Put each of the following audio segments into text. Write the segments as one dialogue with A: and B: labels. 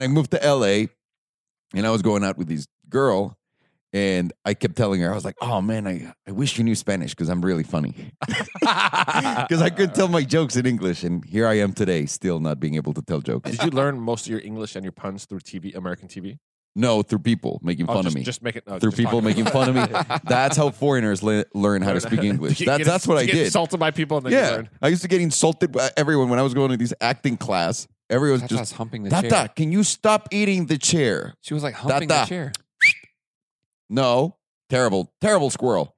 A: I moved to LA and I was going out with this girl and I kept telling her, I was like, oh man, I, I wish you knew Spanish because I'm really funny. Because I could tell my jokes in English. And here I am today, still not being able to tell jokes.
B: Did you learn most of your English and your puns through TV, American TV?
A: No, through people making
B: Oh,
A: fun
B: just,
A: of me.
B: Just make it no,
A: through
B: just talk
A: people
B: about
A: making
B: it.
A: fun of me. That's how foreigners le- learn how to speak English.
B: You
A: That's
B: get-
A: that's what
B: you
A: I
B: get
A: did.
B: Insulted by people and then you
A: Yeah,
B: learn.
A: I used to get insulted by everyone when I was going to these acting class. Everyone was
C: Tata's
A: just
C: humping the chair.
A: Tata, can you stop eating the chair?
C: She was like humping
A: Tata.
C: the chair.
A: No, terrible, terrible squirrel.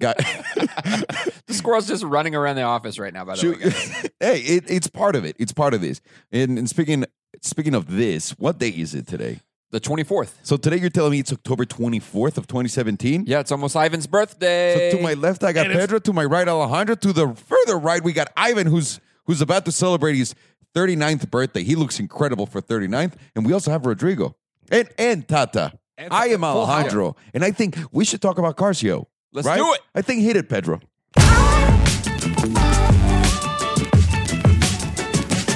A: Got
C: The squirrel's just running around the office right now. By the
A: Shoot.
C: way, guys.
A: hey, it, it's part of it. It's part of this. And, and speaking speaking of this, what day is it today?
C: the twenty fourth.
A: So today you're telling me it's October 24th of 2017.
C: Yeah, it's almost Ivan's birthday.
A: So to my left I got
B: And it's-
A: Pedro. To my right Alejandro. To the further right we got Ivan, who's who's about to celebrate his 39th birthday. He looks incredible for 39th, and we also have Rodrigo and and Tata.
B: And
A: I am
B: full house.
A: Alejandro, and I think we should talk about Carcio.
C: Let's
A: right?
C: do it.
A: I think hit it, Pedro.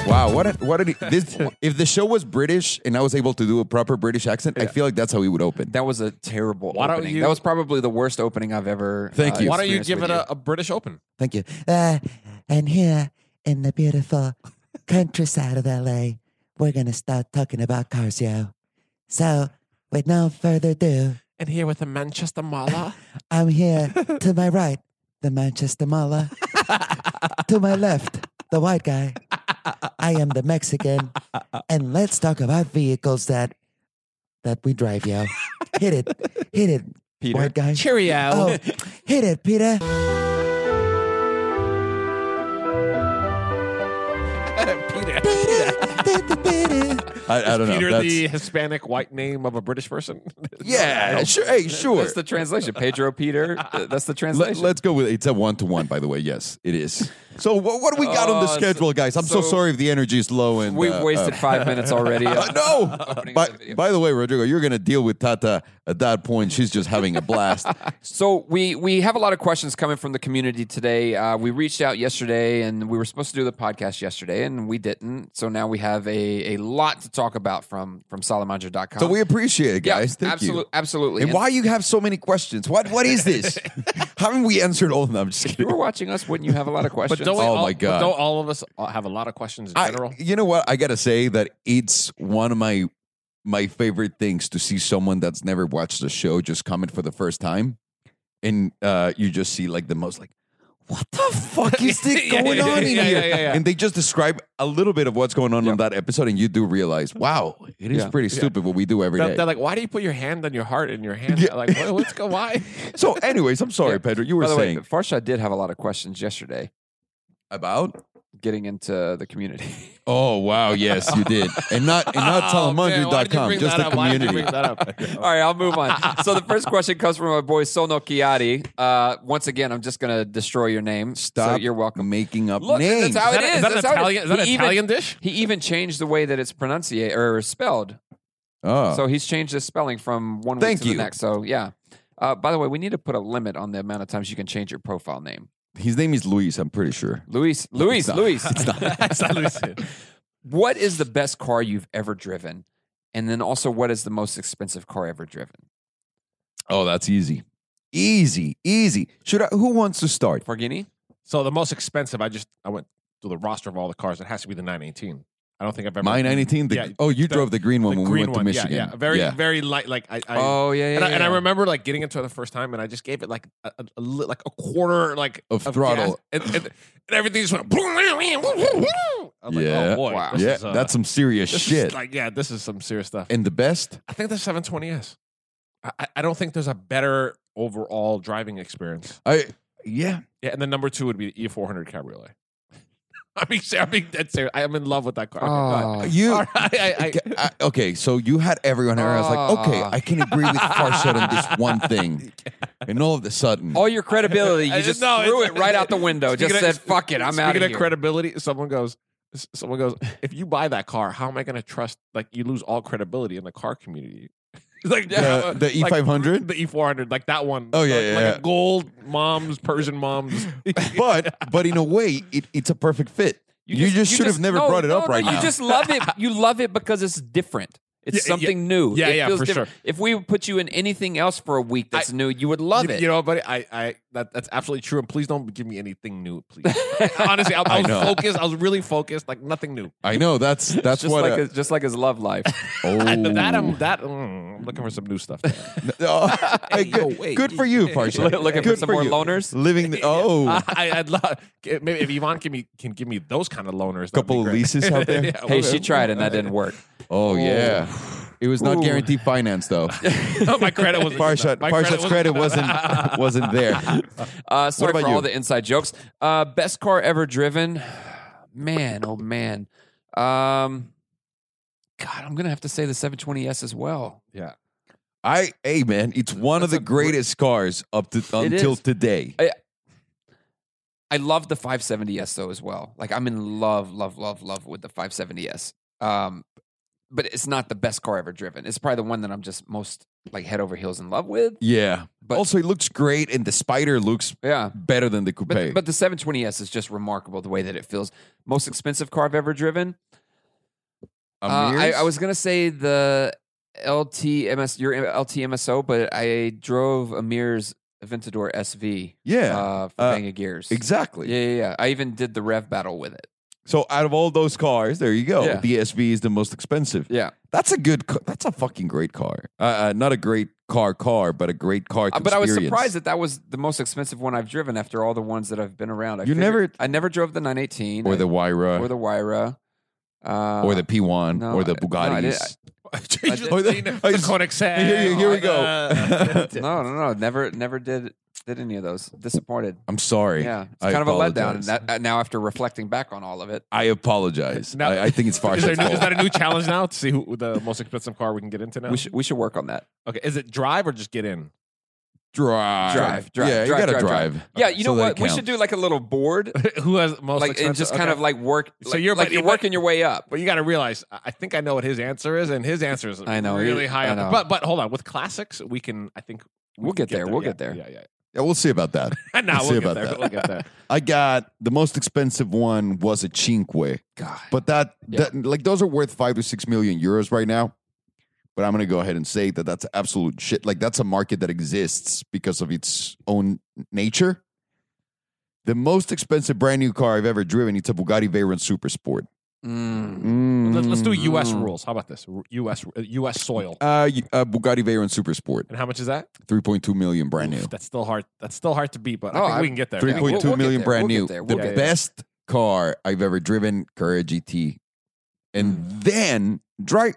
A: Wow, what a, what did he, this? If the show was British and I was able to do a proper British accent, I feel like that's how he would open.
C: that was a terrible
B: Why don't
C: opening.
B: you-
C: that was probably the worst opening I've ever.
A: Thank
C: uh,
A: you.
B: Why don't you
C: experienced
B: give
C: with
B: it a, a British Open?
A: Thank you.
D: Uh, and here in the beautiful countryside of LA, we're going to start talking about Carcio. So, with no further ado,
B: And here with a Manchester Mala.
D: I'm here to my right, the Manchester Mala. to my left, the white guy. I am the Mexican. And let's talk about vehicles that that we drive, yo. Hit it. Hit it,
C: Peter.
D: white guy.
C: Cheerio.
D: Oh, hit it, Peter.
B: Peter.
A: I, I don't know.
B: Peter,
A: That's-
B: the Hispanic white name of a British person.
A: yeah, sure. Hey, sure.
C: That's the translation. Pedro Peter. uh, That's the
A: Let,
C: translation.
A: us go with it's a one to one, by the way. Yes, it is. So what, what do we got on the
C: Oh, so-
A: schedule, guys? I'm so,
C: so-
A: sorry if the energy is low and
C: We've
A: uh,
C: wasted
A: uh,
C: five minutes already.
A: uh, no.
C: Opening
A: By,
C: the video.
A: by the way, Rodrigo, you're going to deal with Tata at that point. She's just having a blast.
C: So we we have a lot of questions coming from the community today. Uh, we reached out yesterday, and we were supposed to do the podcast yesterday, and we didn't. So now we have a, a lot to talk about from from Salamandra.com.
A: so we appreciate it,
C: yeah,
A: guys. Thank
C: absolutely,
A: you.
C: absolutely.
A: And why you have so many questions? What what is this? Haven't we answered all of them? I'm just
C: you
A: kidding.
C: were watching us? Wouldn't you have a lot of
B: But
C: questions?
B: don't we
A: Oh
B: all,
A: my
B: but
A: God.
B: Don't all of us all have a lot of questions in general?
A: I, you know what? I gotta say that it's one of my my favorite things to see someone that's never watched the show just come in for the first time, and uh, you just see like the most like, what the fuck is this
B: Yeah,
A: going
B: yeah,
A: on in
B: yeah,
A: here?
B: yeah, yeah, yeah.
A: And they just describe a little bit of what's going on on that episode, and you do realize, wow, it is
C: Yeah.
A: pretty stupid what we do every
B: They're,
A: day.
B: they're like, why do you put your hand on your heart and your hand?
A: Yeah.
B: Like, what, what's go? Why?
A: so, anyways, I'm sorry, Pedro. You were
C: By the
A: saying
C: way, Farsha did have a lot of questions yesterday,
A: about.
C: getting into the community.
A: Oh wow, yes, you did, and not and not
B: Oh, man, why did you
A: telemundry.com,
B: bring
A: just
B: that
A: the
B: up? Why did you
A: community.
B: bring that up?
C: All right, I'll move on. So the first question comes from my boy Sono Chiari. Uh, once again, I'm just going to destroy your name. So
A: Stop
C: you're welcome.
A: making up
C: Look,
A: names.
C: that's how
B: Is
C: it
B: that-
C: is.
B: is that
C: That's
B: an
C: how it
B: Italian- is that an
C: He even-
B: Italian dish?
C: He even changed the way that it's pronunciated or spelled.
A: oh.
C: So he's changed the spelling from one
A: Thank
C: week to
A: you.
C: the next. So yeah. Uh, by the way, we need to put a limit on the amount of times you can change your profile name.
A: His name is Luis, I'm pretty sure.
C: Luis, Luis,
A: not.
C: Luis.
B: That's not lucid.
C: what is the best car you've ever driven? And then also, what is the most expensive car ever driven?
A: Oh, that's easy. Easy, easy. Should I, who wants to start?
C: Lamborghini?
B: So the most expensive, I just I went through the roster of all the cars. It has to be the 918. I don't think I've ever
A: My 918? The,
B: Yeah,
A: oh, you
B: the-
A: drove the green
B: the
A: one when we
B: green
A: went to
B: one.
A: Michigan.
B: Yeah, yeah. Very very light. Like I, I
C: oh yeah, yeah.
B: and, I, and I
C: yeah.
B: remember like getting into it the first time, and I just gave it like a, a, a li- like a quarter like
A: Of
B: gas,
A: throttle.
B: and, and, and everything just went. I was like,
A: Yeah.
B: oh boy,
C: Wow.
B: this
A: Yeah,
B: is, uh,
A: that's some serious
B: this is,
A: shit.
B: like, yeah, this is some serious stuff.
A: and the best?
B: I think the 720s. I, I- I don't think there's a better overall driving experience.
A: I yeah.
B: Yeah, and then number two would be the E400 Cabriolet. I mean, ser- I mean, that's serious. I am in love with that car. Oh,
C: Oh.
A: You
B: All right, I, I,
A: I- okay, so you had everyone here. I was like, okay,
C: Ah.
A: I can agree with Farshad on this one thing. And all of a sudden,
B: Oh,
C: all your credibility.
B: I
C: You
B: just-
C: just
B: no,
C: threw
B: it's-
C: it right out the window. Just
B: Speaking
C: said,
B: of-
C: "Fuck it, I'm out
B: Speaking
C: of
B: of
C: here."
B: credibility, someone goes, s- someone goes, if you buy that car, how am I going to trust? Like, you lose all credibility in the car community. It's like
A: The- the
B: like,
A: E500?
B: the E E400, like that one.
A: Oh, yeah,
B: like,
A: yeah,
B: like
A: yeah.
B: a gold mom's Persian mom's.
A: but but in a way, it, it's a perfect fit. You just should have never
C: no,
A: brought it
C: no,
A: up
C: no,
A: right
C: you
A: now.
C: just love it. You love it because it's different. It's
B: Yeah, yeah.
C: something new.
B: Yeah,
C: It
B: yeah,
C: feels
B: for
C: different.
B: sure.
C: If we put you in anything else for a week that's new, you would love
B: you,
C: it.
B: you know, buddy, I, I, that, that's absolutely true. And please don't give me anything new, please. Honestly, I, I
A: I
B: was
A: know.
B: focused. I was really focused, like nothing new.
A: I know that's that's
C: just
A: what.
C: like
A: uh,
C: his, just like his love life.
A: oh,
B: That I'm, that mm, I'm looking for some new stuff.
A: Oh, hey,
B: yo,
A: good,
B: wait.
A: good for you,
C: Lo-
A: Parsha.
C: Looking for
A: Oh, Good
C: some
A: for
C: more
A: you.
C: loners.
A: Living. The, oh,
B: I, I'd love maybe if Yvonne can, me, can give me those kind of loners. that'd be
A: couple of
B: great.
A: leases out there.
B: Yeah,
C: Hey,
B: well,
C: she tried and that didn't work.
A: Oh yeah, it was not guaranteed finance though.
B: my credit was
A: Parsha,
B: my
A: Parsha's credit wasn't wasn't there.
C: Uh, sorry
A: about
C: for all
A: you?
C: the inside jokes. Uh, best car ever driven. Man, oh man. Um, God, I'm gonna have to say the 720s as well.
A: I hey man, it's one of the
C: That's a great-
A: greatest cars up to until
C: is.
A: today.
C: I love the 570s though as well. Like I'm in love, love, love, love with the 570s. Um, but it's not the best car ever driven. It's probably the one that I'm just most like head over heels in love with.
A: Yeah.
C: But-
A: also, it looks great, and the Spider looks
C: Yeah.
A: better than the coupe.
C: But but the 720s is just remarkable the way that it feels. Most expensive car I've ever driven. Uh, I,
A: Amir's?
C: I was gonna say the LTMS, your LTMSO, but I drove Amir's Aventador SV
A: yeah,
C: uh, for
A: Uh,
C: Bang of Gears.
A: exactly.
C: Yeah, yeah, yeah. I even did the rev battle with it.
A: So out of all those cars, there you go.
C: Yeah.
A: The SV is the most expensive.
C: Yeah,
A: That's a good. ca- That's a fucking great car. Uh, uh, not a great car, car, but a great car.
C: Uh, but I was
A: experience.
C: surprised that that was the most expensive one I've driven after all the ones that I've been around. I
A: You never-
C: I never drove the 918
A: or the Wyra,
C: or the Wyra, uh,
A: or the P1,
C: no,
A: or the
C: I- no, I did-
A: Bugattis.
B: Change
C: did-
B: the, the,
A: I just-
B: Koenigsegg.
A: Here- here we go.
B: Uh,
C: no, no, no, never, never did did any of those. Disappointed.
A: I'm sorry.
C: Yeah, it's
A: I
C: kind of a letdown. And
A: apologize.
C: that, uh, now after reflecting back on all of it.
A: I apologize.
B: Now-
A: I, I think it's
B: is, there
A: Farsha's
B: a new, is that
A: fault.
B: a new challenge now to see who the most expensive car we can get into now?
C: We should we should work on that.
B: okay, is it drive or just get in?
A: Drive,
C: Drive, drive,
A: Yeah, you
C: drive,
A: gotta
C: drive,
A: drive.
C: Yeah, you
A: So
C: know
A: that
C: what?
A: it
C: We should do like a little board,
B: who has most
C: like
B: expensive?
C: and just kind
B: okay.
C: of like work.
B: So
C: So like,
B: you're-
C: you're like
B: but-
C: you're
B: but-
C: working your way up.
B: But you got to realize, I I think I know what his answer is, and his answer is
C: I know,
B: really
C: you-
B: high
C: I
B: up.
C: know.
B: But but hold on, with classics, we can. I think we
C: We'll
B: can
C: get there, we'll
B: yeah,
C: get there.
B: Yeah, yeah.
A: Yeah, we'll see about that.
B: yeah. nah,
A: We'll
B: we'll
A: see
B: get
A: about
B: there.
A: that.
B: We'll get there.
A: I got the most expensive one was a Cinque,
C: God,
A: but that,
C: Yeah.
A: that like those are worth five to six million euros right now. But I'm gonna go ahead and say that that's absolute shit. Like that's a market that exists because of its own nature. The most expensive brand new car I've ever driven. It's a Bugatti Veyron Super Sport.
C: Mm.
B: Let's, let's do
A: Mm.
B: U.S. rules. How about this? R- U.S. r- U.S. soil.
A: Uh, y- uh, Bugatti Veyron Super Sport,
B: And how much is that?
A: 3.2 million brand
B: Oof,
A: new.
B: That's still hard. That's still hard to beat, but
C: Oh,
B: I think
C: I-
B: we can get there.
A: Three
C: Yeah,
B: man.
C: we'll-
A: point
C: we'll
A: two
C: get
A: million
C: there.
A: brand
C: We'll get
A: new.
C: there.
A: the
C: We'll
B: get there.
A: best car I've ever driven, Carrera GT. And
B: Mm.
A: then drive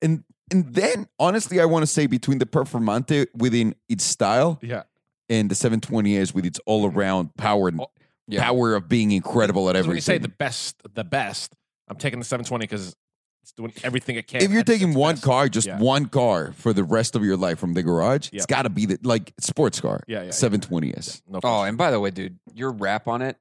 A: and and then honestly I want to say between the Performante within its style
B: Yeah.
A: and the 720S with its all around power
B: Oh,
C: yeah.
A: power of being incredible at
B: So when you say
A: everything.
B: the best, the best, I'm taking the 720 because it's doing everything it can.
A: if you're
B: at its
A: taking one
B: best.
A: car, just
B: Yeah.
A: one car for the rest of your life from the garage,
B: Yeah.
A: it's got to be the like sports car.
B: Yeah, yeah, yeah.
A: 720S.
B: No
C: Oh,
B: question.
C: and by the way, dude, your rap on it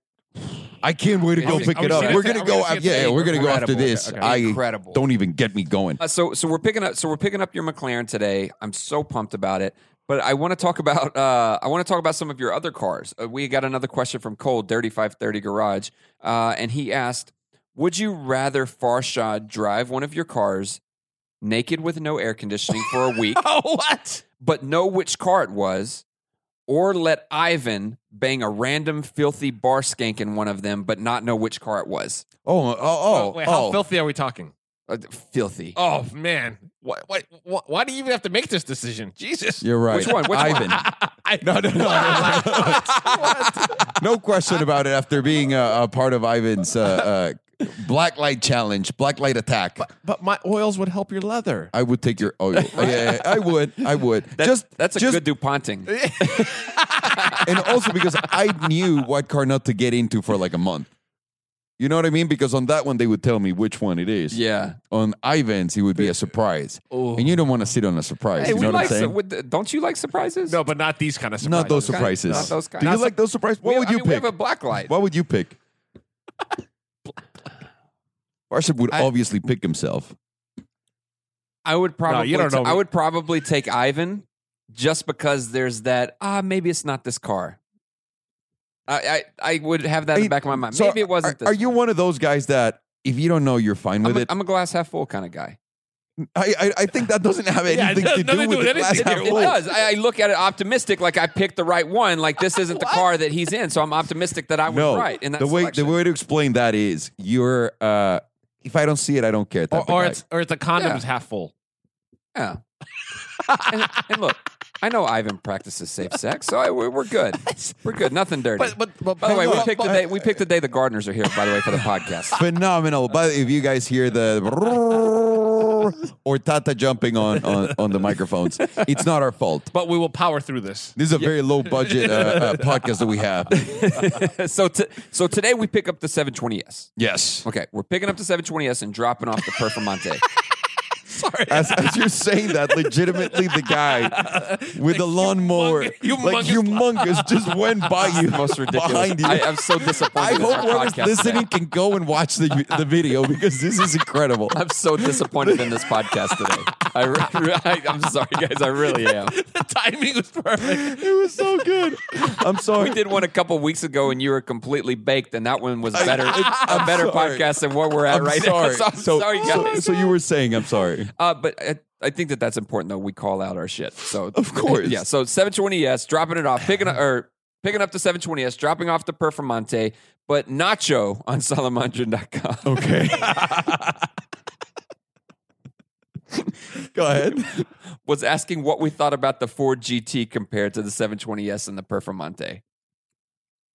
A: I can't wait to
B: Are
A: go
B: we-
A: pick
B: are we
A: it up.
B: seeing
A: We're
B: it-
A: gonna
B: are we
A: go.
B: seeing
A: af-
B: it
A: Yeah, yeah,
B: today?
A: we're gonna go after
B: Incredible.
A: this.
B: Okay.
A: I
C: incredible.
A: don't even get me going.
C: Uh, so so we're picking up so we're picking up your McLaren today. I'm so pumped about it. But I want to talk about uh, I want to talk about some of your other cars. Uh, we got another question from Cole, Dirty Five Thirty Garage, uh, and he asked, "Would you rather Farshad drive one of your cars naked with no air conditioning for a week,
B: oh, what?
C: but know which car it was, or let Ivan bang a random filthy bar skank in one of them, but not know which car it was?
A: Oh, oh, oh,
B: wait, how
A: oh.
B: filthy are we talking?
C: Uh, filthy.
B: Oh man, why, why, why, why do you even have to make this decision? Jesus,
A: You're right.
C: Which one? Which one?
A: Ivan.
B: I,
A: No, no, no. no question about it. After being a, a part of Ivan's uh, uh, black light challenge, black light attack,
B: But my oils would help your leather.
A: I would take your. Oh, yeah, yeah, I would. I would. just
C: That's a
A: just,
C: good Duponting.
A: and also because I knew what car not to get into for like a month. You know what I mean? Because on that one they would tell me which one it is.
C: Yeah.
A: On Ivan's, it would be a surprise,
B: Oh.
A: and you don't want to sit on a surprise.
C: Hey,
A: you
C: we
A: know what
C: like
A: I'm saying?
C: su- would the- don't you like surprises?
B: No, but not these kind of surprises.
A: Not those
C: Not
A: surprises.
C: those kind.
A: Do you
C: Not
A: like those surprises? What
C: We-
A: would
C: I
A: you
C: mean,
A: pick?
C: We have a black light.
A: What would you pick? Barship would
C: I-
A: obviously pick himself.
C: I would probably.
B: you don't
C: ta-
B: know.
C: I would probably take Ivan, just because there's that. Ah, maybe it's not this car. I, I, I would have that in
A: Hey,
C: the back of my mind.
A: so
C: Maybe it
A: Are,
C: wasn't. this
A: are you
C: time.
A: one of those guys that if you don't know, you're fine with
C: I'm a,
A: it?
C: I'm a glass half full kind of guy.
A: I, I I think that doesn't have
B: Yeah,
A: anything
B: it
A: to
B: has nothing
A: do
B: to
A: with the
B: do with
A: glass
B: anything.
A: half
C: It
A: full.
C: does. I, I look at it optimistic, like I picked the right one. Like this isn't the car that he's in, so I'm optimistic that I was
A: No,
C: right. In that
A: the way
C: selection.
A: the way to explain that is you're uh, if I don't see it, I don't care. type of
B: Or, or
A: guy.
B: it's or it's a condom's half full.
C: yeah. and, and look, I know Ivan practices safe sex, so I, we're, we're good. We're good. Nothing dirty.
B: but, but
C: by the way, we
A: but-
C: picked the
A: but-
C: day. We picked the day the gardeners are here. By the way, for the podcast.
A: phenomenal. But if you guys hear the or Tata jumping on, on on the microphones, it's not our fault.
B: but we will power through this.
A: This is a very low budget uh, uh, podcast that we have.
C: so t- so today we pick up the 720s.
A: Yes.
C: Okay, we're picking up the 720s and dropping off the Performante.
A: As, as you're saying that, legitimately, the guy with the lawnmower,
B: humongous-
A: like humongous, just went by you,
C: Most ridiculous.
A: behind you.
C: I, am so disappointed.
A: I
C: in
A: hope
C: our
A: whoever's
C: podcast
A: listening
C: today.
A: can go and watch the the video because this is incredible.
C: I'm so disappointed in this podcast today. I, re- I, am sorry, guys. I really am.
B: the timing was perfect.
A: It was so good. I'm sorry.
C: We did one a couple weeks ago, and you were completely baked, and that one was better,
A: I-
C: a better
A: sorry.
C: podcast than where we're at
A: I'm
C: right
A: sorry.
C: now. So I'm
A: so,
C: sorry,
A: so-
C: guys.
A: so you were saying I'm sorry.
C: Uh, but I, I think that that's important, though. We call out our shit. So
A: Of course.
C: yeah. So 720s, dropping it off, picking up or picking up the 720s, dropping off the Performante, but Nacho on Salamandra.com.
A: Okay. Go ahead. Oh.
C: was asking what we thought about the Ford GT compared to the 720S and the Performante.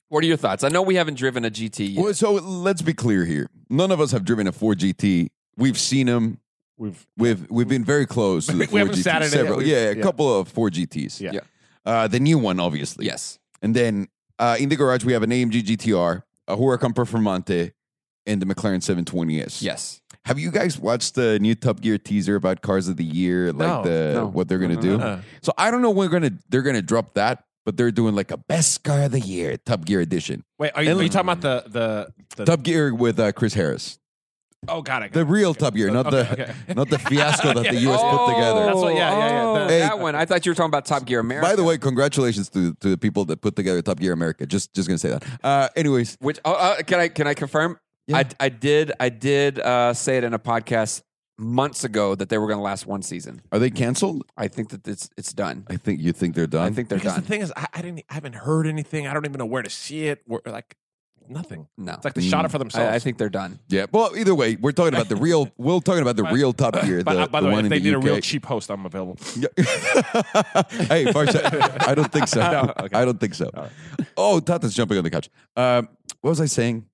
C: What are your thoughts? I know we haven't driven a GT yet.
A: Well, so let's be clear here. None of us have driven a 4GT. We've seen them.
B: We've
A: We've we've been very close to the
B: We
A: 4GT.
B: haven't sat in it yet.
A: several.
B: We've-
A: Yeah, a
B: yeah.
A: couple of 4GTs.
B: Yeah.
C: Yeah.
A: Uh, the new one, obviously.
C: yes.
A: And then uh, in the garage, we have an AMG GTR, a Huracan Performante, and the McLaren 720S.
C: Yes.
A: Have you guys watched the new Top Gear teaser about cars of the year, like
B: No,
A: the
C: no.
A: what they're gonna
C: No,
A: do?
C: no,
B: no.
A: So I don't know when gonna they're gonna drop that, but they're doing like a best car of the year Top Gear edition.
B: wait. Are you, are you talking about the the, the
A: Top Gear with uh, Chris Harris,
B: Oh, got it. Got
A: the
B: it.
A: real Top Gear, not the
B: Okay, okay.
A: not the fiasco that the
B: Okay.
A: U.S. put together.
B: That's what- yeah, yeah, yeah.
C: oh,
A: Hey.
C: that one. I thought you were talking about Top Gear America.
A: By the way, congratulations to to the people that put together Top Gear America. Just just gonna say that. Uh, anyways,
C: which oh, uh, can I can I confirm?
A: Yeah.
C: I I did I did uh, say it in a podcast months ago that they were going to last one season.
A: are they canceled?
C: I think that it's it's done.
A: I think you think they're done.
C: I think they're
B: Because the
C: done.
B: thing is, I, I didn't. I haven't heard anything. I don't even know where to see it. Where, like nothing.
C: No,
B: It's like they
A: Mm.
B: shot it for
C: I,
B: themselves.
C: I think they're done.
A: yeah. Well, either way, we're talking about the real. We're talking about the
B: But-
A: real Top Gear.
B: But,
A: the,
B: uh, by the,
A: the
B: way,
A: one
B: if
A: in the
B: they need a
A: UK.
B: real cheap host, I'm available.
A: Yeah. hey, Farsha, I don't think so.
B: No, okay.
A: I don't think so.
B: All right.
A: Oh, Tata's jumping on the couch. Um, what was I saying?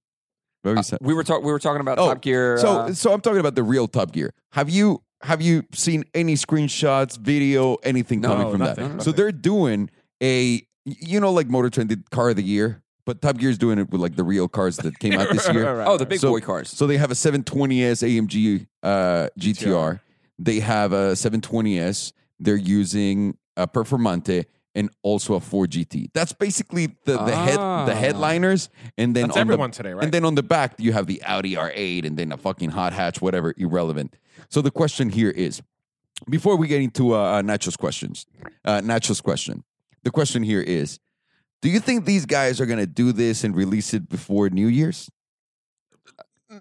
A: What were you saying?
C: We were talking we were talking about
A: Oh,
C: Top Gear.
A: so,
C: uh,
A: so I'm talking about the real Top Gear. Have you have you seen any screenshots, video, anything
C: No,
A: coming from that?
B: nothing,
A: So
B: nothing.
A: they're doing a you know like Motor Trend did Car of the Year, but Top Gear's doing it with like the real cars that came out this year.
C: oh, the big
A: So-
C: boy cars.
A: So they have a 720s AMG uh, GTR. They have a 720s. They're using a Performante and also a 4GT. That's basically the the head the
C: Ah.
A: headliners, and then
B: That's
A: on
B: everyone
A: the,
B: today, right?
A: and then on the back you have the Audi R8, and then a fucking hot hatch, whatever, irrelevant. So the question here is, before we get into uh, uh, Nacho's questions, uh, Nacho's question. The question here is. Do you think these guys are going to do this and release it before New Year's?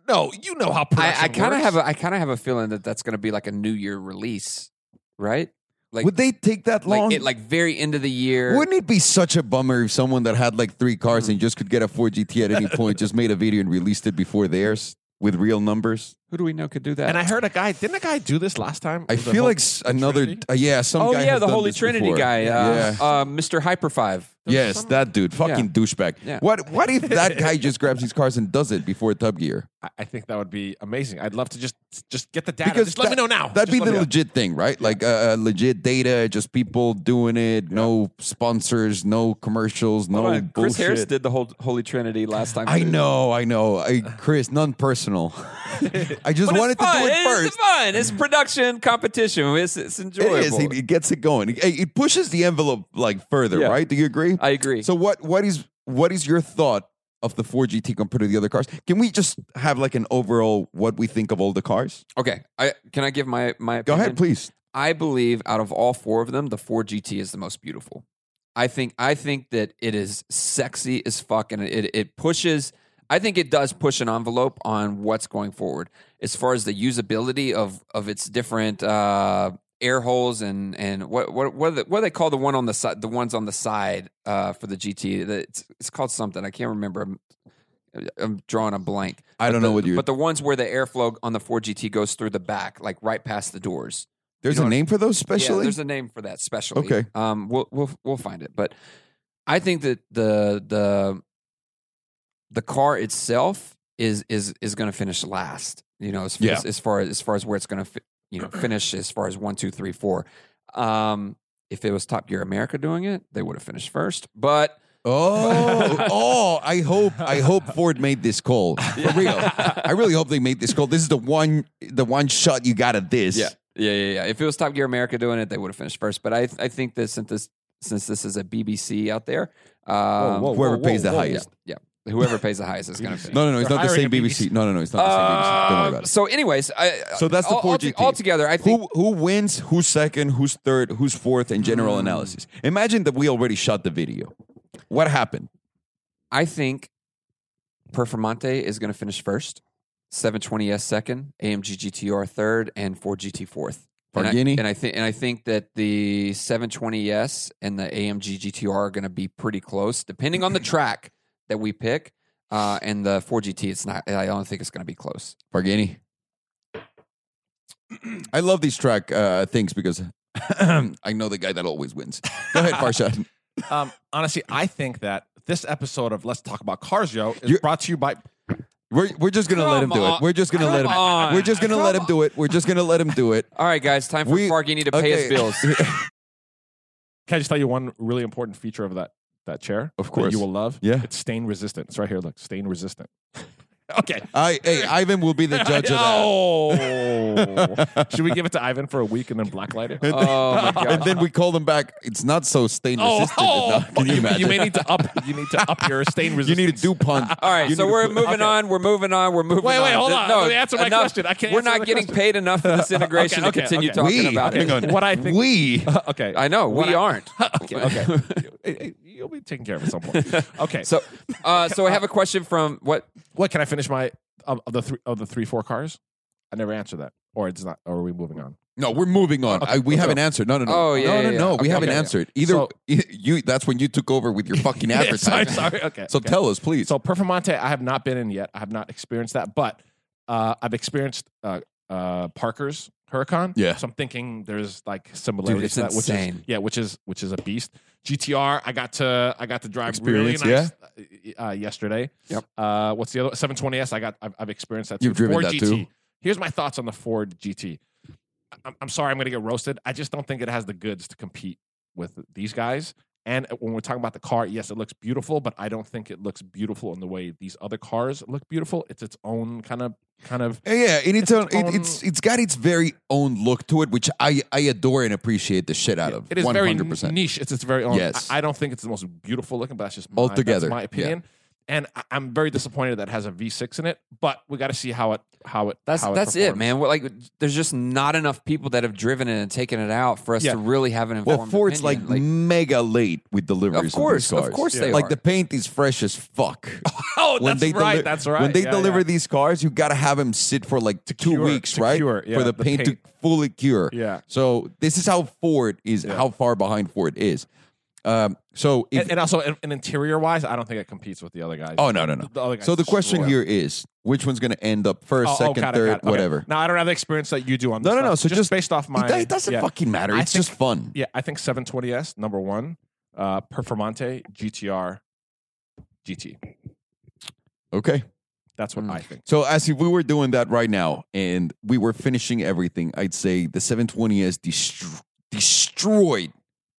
B: no, you know how production
C: I, I kind of
B: works.
C: have a, I kind of have a feeling that that's going to be like a New Year release, right? Like
A: Would they take that long?
C: like it, like very end of the year.
A: Wouldn't it be such a bummer if someone that had like three cars
C: Mm-hmm.
A: and just could get a 4GT at any point just made a video and released it before theirs with real numbers?
C: Who do we know could do that?
B: And I heard a guy. Didn't a guy do this last time?
A: I
B: The
A: feel
B: whole-
A: like s-
B: the
A: another,
B: Trinity?
A: uh, yeah, some
C: oh
A: guy
C: yeah,
A: has
C: the
A: done
C: Holy
A: this
C: Trinity
A: before.
C: guy, uh,
A: Yeah.
C: uh, Mr. Hyper Five.
A: yes, that dude, fucking douchebag.
C: Yeah.
A: What what if that guy just grabs these cars and does it before Tub Gear?
B: I- I think that would be amazing. I'd love to just just get the data.
A: Because
B: just let me
A: that-
B: know now.
A: That'd
B: Just
A: be
B: let
A: the
B: me know.
A: legit thing, right? Like uh, uh, legit data, just people doing it, no sponsors, no commercials, no Oh, bullshit.
C: Chris Harris did the whole Holy Trinity last time.
A: I
C: too.
A: know, I know. I, Chris, non personal. I just
C: But
A: wanted
C: it's
A: to
C: fun.
A: do it
C: It's
A: first.
C: fun. It's production competition. It's, it's enjoyable.
A: It is. It, it gets it going. It, it pushes the envelope like further,
C: Yeah.
A: right? Do you agree?
C: I agree.
A: So what what is what is your thought of the 4GT compared to the other cars? Can we just have like an overall what we think of all the cars?
C: okay, I can I give my my
A: Go
C: opinion?
A: ahead, please.
C: I believe out of all four of them, the 4GT is the most beautiful. I think I think that it is sexy as fuck, and it it pushes. I think it does push an envelope on what's going forward as far as the usability of of its different uh, air holes and and what what what, are the, what do they call the one on the side the ones on the side uh, for the GT. The- It's, it's called something I can't remember. I'm, I'm drawing a blank.
A: I don't
C: But
A: know
C: the-
A: what you.
C: But the ones where the airflow on the 4GT goes through the back, like right past the doors.
A: There's
C: you know
A: a
C: what-
A: name for those
C: Yeah,
A: specially.
C: there's a name for that specially.
A: Okay.
C: Um, we'll we'll we'll find it. But I think that the the the car itself is is is going to finish last. You know, as,
A: Yeah.
C: as, as far as as far as where it's going to fi- you know finish as far as one two three four. Um, if it was Top Gear America doing it, they would have finished first. But
A: oh, oh! I hope I hope Ford made this call for real. I really hope they made this call. This is the one the one shot you got at this.
C: Yeah, yeah, yeah, yeah. If it was Top Gear America doing it, they would have finished first. But I, I think that since this, since this is a BBC out there, um,
B: whoa,
A: whoever pays the
C: yeah,
A: highest.
C: yeah, whoever pays the highest is going to finish.
A: No, no, no. It's
B: They're
A: not the
B: hiring
A: same
B: a
A: BBC.
B: BBC.
A: No, no, no. It's not the same BBC. Don't worry about
C: Um,
A: it.
C: So, anyways, I,
A: So that's the
C: all-
A: 4GT.
C: all- altogether. I think
A: Who who wins? Who's second? Who's third? Who's fourth? And general
C: Hmm.
A: analysis. Imagine that we already shot the video. What happened?
C: I think Performante is going to finish first, 720s second, AMG GTR third, and 4GT fourth. And I,
A: Barghini?
C: and I think and I think that the 720s and the AMG GTR are going to be pretty close, depending on the track that we pick. Uh, and the 4GT, it's not. I don't think it's going to be close.
A: Bargani. I love these track uh, things because I know the guy that always wins. Go ahead, Farshad.
B: Um, honestly, I think that this episode of Let's Talk About Cars, yo, is
A: You're-
B: brought to you by.
A: We're we're just gonna let him
C: Come
A: do it.
C: on.
A: We're just gonna let him.
C: Come on.
A: We're just gonna let him do it. We're just gonna let him do it.
C: All right, guys, time for
A: We-
C: Farghini to pay his
A: okay.
C: bills.
B: Can I just tell you one really important feature of that that chair?
A: Of
B: that
A: course.
B: you will love.
A: Yeah.
B: it's stain resistant. It's right here. Look, stain resistant. okay.
A: I hey Ivan will be the judge of that.
B: Oh. Should we give it to Ivan for a week and then blacklight it?
C: Oh my god!
A: And then we call them back. It's not so stain resistant.
C: Oh.
A: now. Can you, imagine?
B: Oh, you may need to up. You need to up your stain
A: You
B: resistance.
A: need a DuPont.
C: All right,
A: You
C: so
A: need to
C: we're
A: put-
C: moving on. We're moving on. We're moving
B: Wait,
C: on.
B: wait, hold
C: Th-
B: on.
C: No,
B: Let me answer my
C: enough.
B: question. I can't
C: We're
B: answer
C: not
B: the
C: getting
B: question.
C: paid enough for this integration
B: Okay, okay,
C: to continue
B: okay.
C: talking
A: We,
C: about
A: hang
C: it.
A: on.
B: What I think-
A: we.
B: okay.
C: I know
B: What
C: we
B: I-
C: aren't.
B: okay. okay. Hey, hey, You'll be taken care of at some point. Okay.
C: So, uh, so I have a question from what?
B: What can I finish my of, of the three of the three four cars? I never answered that, or it's not. Or are we moving on?
A: No, we're moving on. I, we
B: Okay.
A: haven't answered. No, no, no.
C: Oh, yeah,
A: no, no,
C: yeah, yeah.
A: no. We
C: Okay,
A: haven't
C: okay,
A: answered either.
B: So-
A: you. That's when you took over with your fucking
B: Yeah,
A: advertising.
B: sorry, sorry. Okay.
A: So
B: okay.
A: tell us, please.
B: So Performante, I have not been in yet. I have not experienced that, but uh, I've experienced uh, uh, Parker's Huracan.
A: Yeah.
B: So I'm thinking there's like similarities
C: it's
B: to that, which is
C: insane.
B: yeah, which is which is a beast. GTR, I got to I got to drive
A: Experience,
B: really nice uh, yesterday.
C: Yep.
B: Uh, what's the other 720s? I got I've, I've experienced that.
A: You've
B: too.
A: driven
B: Ford
A: that
B: GT.
A: too?
B: Here's my thoughts on the Ford GT. I- I'm, I'm sorry, I'm going to get roasted. I just don't think it has the goods to compete with these guys. And when we're talking about the car, yes, it looks beautiful, but I don't think it looks beautiful in the way these other cars look beautiful. It's its own kind of kind of
A: yeah, and it's
B: It's
A: own,
B: its
A: it,
B: own-
A: it's it's got its very own look to it, which I I adore and appreciate the shit out of.
B: it is
A: 100%.
B: very niche. It's its very own.
A: Yes.
B: I, I don't think it's the most beautiful looking, but that's just my,
A: Altogether,
B: That's my
A: yeah.
B: opinion. And I, I'm very disappointed that it has a V6 in it, but we got to see how it how it
C: That's
B: how it
C: that's it,
B: performs.
C: man. What, like, there's just not enough people that have driven it and taken it out for us
B: Yeah.
C: to really have an informed.
A: Well, Ford's like,
C: opinion.
A: mega late with deliveries.
C: Of course,
A: on these
C: of
A: cars.
C: course they
A: like
C: are.
A: the paint is fresh as fuck.
B: Oh,
A: When
B: that's
A: they
B: right.
A: deli-
B: that's right.
A: When they
B: Yeah,
A: deliver
B: yeah.
A: these cars, you gotta have them sit for like two
B: cure-
A: weeks,
B: to
A: right?
B: cure, yeah,
A: for the,
B: the
A: paint,
B: paint.
A: to fully cure.
B: Yeah.
A: So this is how Ford is, how far behind Ford is. Um, so if,
B: and, and also and, interior wise, I don't think it competes with the other guys.
A: oh no no no.
B: The other guys
A: so the question here
B: destroy.
A: is, which one's gonna end up first,
B: Oh, oh,
A: second,
B: got it, got
A: third,
B: it. Okay.
A: whatever?
B: No, I don't have the experience that you do on.
A: No,
B: this
A: no, no.
B: stuff.
A: So just-
B: based off my.
A: it doesn't
B: yeah.
A: fucking matter.
B: I
A: It's
B: think-
A: just fun.
B: Yeah, I think 720s number one, uh, Performante GTR, GT.
A: Okay.
B: That's
A: Hmm.
B: what
C: Mm.
B: I think.
A: So as if we were doing that right now and we were finishing everything, I'd say the 720s destro- destroyed,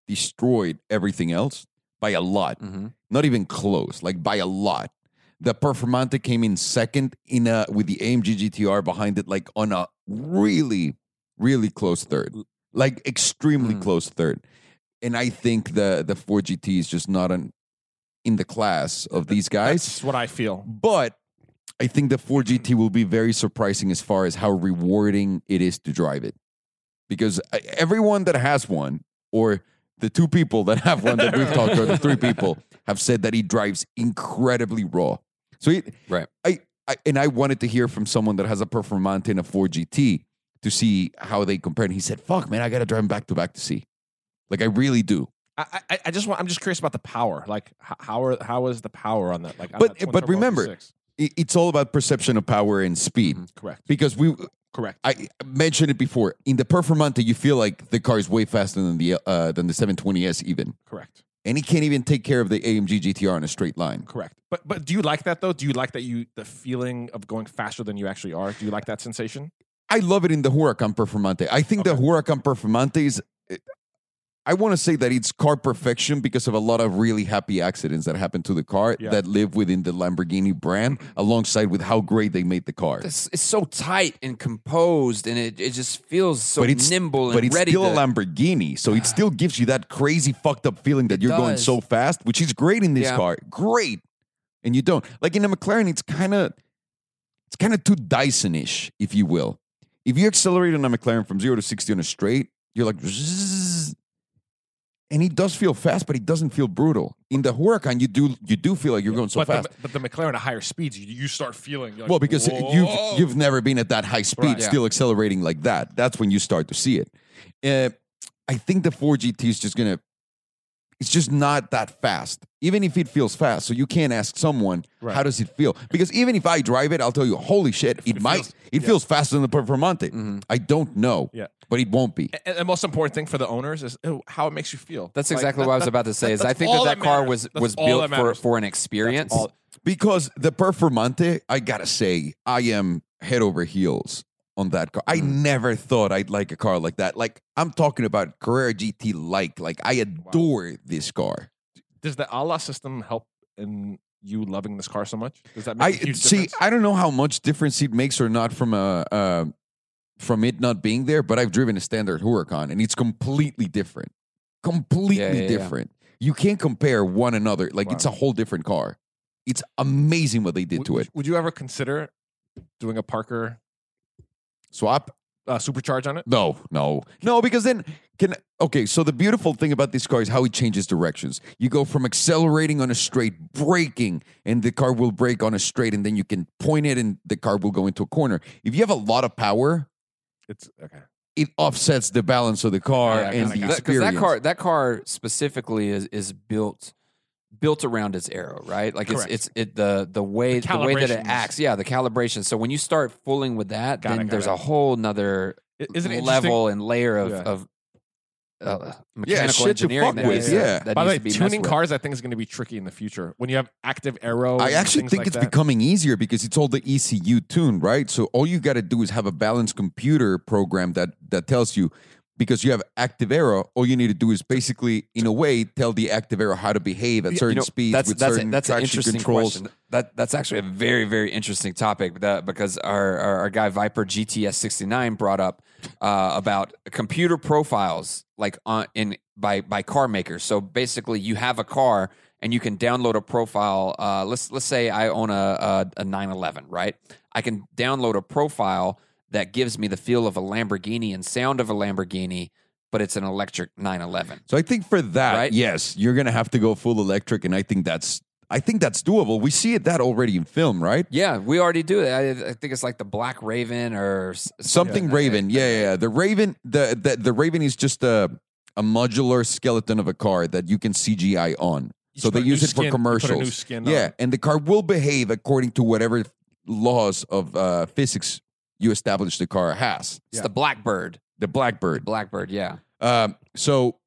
A: destroyed everything else by a lot.
C: Mhm.
A: Not even close, like by a lot. The Performante came in second in a with the AMG GTR behind it, like on a really, really close third, like extremely
C: Mm.
A: close third. And I think the the 4GT is just not an, in the class of these guys.
B: That's what I feel.
A: But I think the 4GT will be very surprising as far as how uh, rewarding it is to drive it. Because I- everyone that has one or the two people that have one that we've talked to, or the three people have said that he drives incredibly raw. So he,
C: Right.
A: I, I and I wanted to hear from someone that has a Performante and a 4GT to see how they compare. And he said, "Fuck, man, I got to drive them back to back to see." Like I really do.
B: I, I, I just want. I'm just curious about the power. Like, h- how are how is the power on that? Like, on
A: But-
B: that twin
A: but
B: turbo
A: remember-
B: V6?
A: I- It's all about perception of power and speed
C: Mhm.
B: correct,
A: because we
B: correct.
A: I mentioned it before. In the Performante, you feel like the car is way faster than the uh, than the 720s even,
B: Correct.
A: and he can't even take care of the AMG GTR in a straight line.
B: Correct. But but do you like that though? Do you like that you the feeling of going faster than you actually are? Do you like that sensation?
A: I love it in the Huracan Performante. I think the
B: Okay.
A: Huracan Performante is. eh, I want to say that it's car perfection because of a lot of really happy accidents that happened to the car
B: Yeah.
A: that live within the Lamborghini brand, alongside with how great they made the car.
C: It's, it's so tight and composed, and it, it just feels so
A: But it's-
C: nimble and
A: but it's
C: ready.
A: still
C: to,
A: a Lamborghini, so it still gives you that crazy fucked up feeling that
C: It
A: you're going
C: does.
A: so fast, which is great in this
C: Yeah.
A: car. Great. And you don't. Like in a McLaren, it's kind of it's kind of too Dyson-ish, if you will. If you accelerate on a McLaren from 0 to 60 on a straight, you're like "Zzzz." and he does feel fast, but he doesn't feel brutal. In the Huracan, you do you do feel like you're going so
B: but
A: fast.
B: The, but the McLaren at higher speeds, you, you start feeling. You're like,
A: Well, because
B: "Whoa."
A: you've you've never been at that high speed,
B: Right.
A: still accelerating like that. That's when you start to see it. Uh, I think the four GT is just gonna. It's just not that fast, even if it feels fast. So you can't ask someone
B: Right.
A: how does it feel because even if I drive it, I'll tell you, holy shit, it,
B: It
A: might.
B: feels-
A: it
B: yeah. Mm.
A: feels faster than the Performante.
C: Mhm.
A: I don't know,
B: Yeah.
A: but it won't be.
B: And the most important thing for the owners is oh, how it makes you feel.
C: That's
B: Like,
C: exactly
B: that-
C: what I was
B: that-
C: about to say. Is
B: that's
C: I think that
B: all
C: that car
B: matters.
C: was
B: That's
C: was
B: all
C: built
B: that
C: for
B: matters.
C: for an experience.
B: all-
A: Because the Performante, I gotta say, I am head over heels on that car. I
C: Mm.
A: never thought I'd like a car like that. Like I'm talking about Carrera GT like. Like I adore this car.
B: Does the Allah system help in you loving this car so much? Does that
A: I
B: make a huge
A: see.
B: difference?
A: I don't know how much difference it makes or not from a. Uh, from it not being there, but I've driven a standard Huracan and it's completely different. Completely
C: Yeah, yeah, yeah.
A: different. You can't compare one another. Like
B: Wow.
A: it's a whole different car. It's amazing what they did
B: would,
A: to it.
B: Would you ever consider doing a Parker
A: Swap
B: uh, supercharge on it?
A: No, no, no, because then can okay. So the beautiful thing about this car is how it changes directions. You go from accelerating on a straight, braking, and the car will brake on a straight, and then you can point it, and the car will go into a corner. If you have a lot of power,
B: It's okay.
A: it offsets the balance of the car
B: Yeah, I
A: and the
B: kinda got
C: That- 'cause
A: experience.
C: That car, that car specifically is is built built around its arrow, right? Like
B: Correct.
C: it's it's it the the way
B: The
C: the, way that it
B: calibrations.
C: acts. Yeah, the calibration. So when you start fooling with that,
B: Got it,
C: then
B: got
C: there's
B: it.
C: a whole nother
B: I- Isn't it interesting?
C: level and layer of
B: Yeah.
C: of uh,
A: Yeah,
C: mechanical
A: shit to
C: engineering
A: fuck
C: that
B: with,
C: needs,
A: yeah.
C: that
B: By the way,
C: needs to be messed
B: tuning
C: with.
B: cars, I think, is going to be tricky in the future when you have active arrow.
A: I actually think it's becoming easier because it's all the E ECU tuned, right? So all you got to do is have a balanced computer program that that tells you because you have active arrow, all you need to do is basically, in a way, tell the active arrow how to behave at
C: You
A: certain
C: know,
A: speeds
C: That's
A: with
C: that's
A: certain
C: that's an
A: traction
C: interesting
A: controls.
C: question. That that's actually a very very interesting topic that, because our, our our guy Viper GTS sixty nine brought up uh, about computer profiles like on in by by car makers. So basically, you have a car and you can download a profile. Uh, let's let's say I own a a, a nine eleven, right? I can download a profile that gives me the feel of a Lamborghini and sound of a Lamborghini, but it's an electric nine eleven.
A: So I think for that,
C: Right?
A: yes, you're gonna have to go full electric, and I think that's I think that's doable. We see it that already in film, right?
C: Yeah, we already do it. I, I think it's like the Black Raven or s-
A: Something
C: like that.
A: Raven, yeah, yeah, yeah. The Raven, the, the the Raven is just a a modular skeleton of a car that you can CGI on. So they use it for commercials. Yeah, and the car will behave according to whatever laws of uh, physics you establish the car has.
C: It's
B: Yeah.
C: the Blackbird.
A: The Blackbird.
C: Blackbird, yeah.
A: Um, so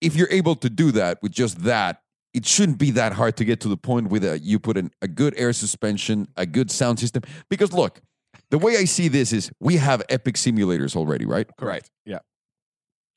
A: if you're able to do that with just that, it shouldn't be that hard to get to the point with a, you put in a good air suspension, a good sound system. Because look, the way I see this is we have epic simulators already, right?
B: Correct. Yeah.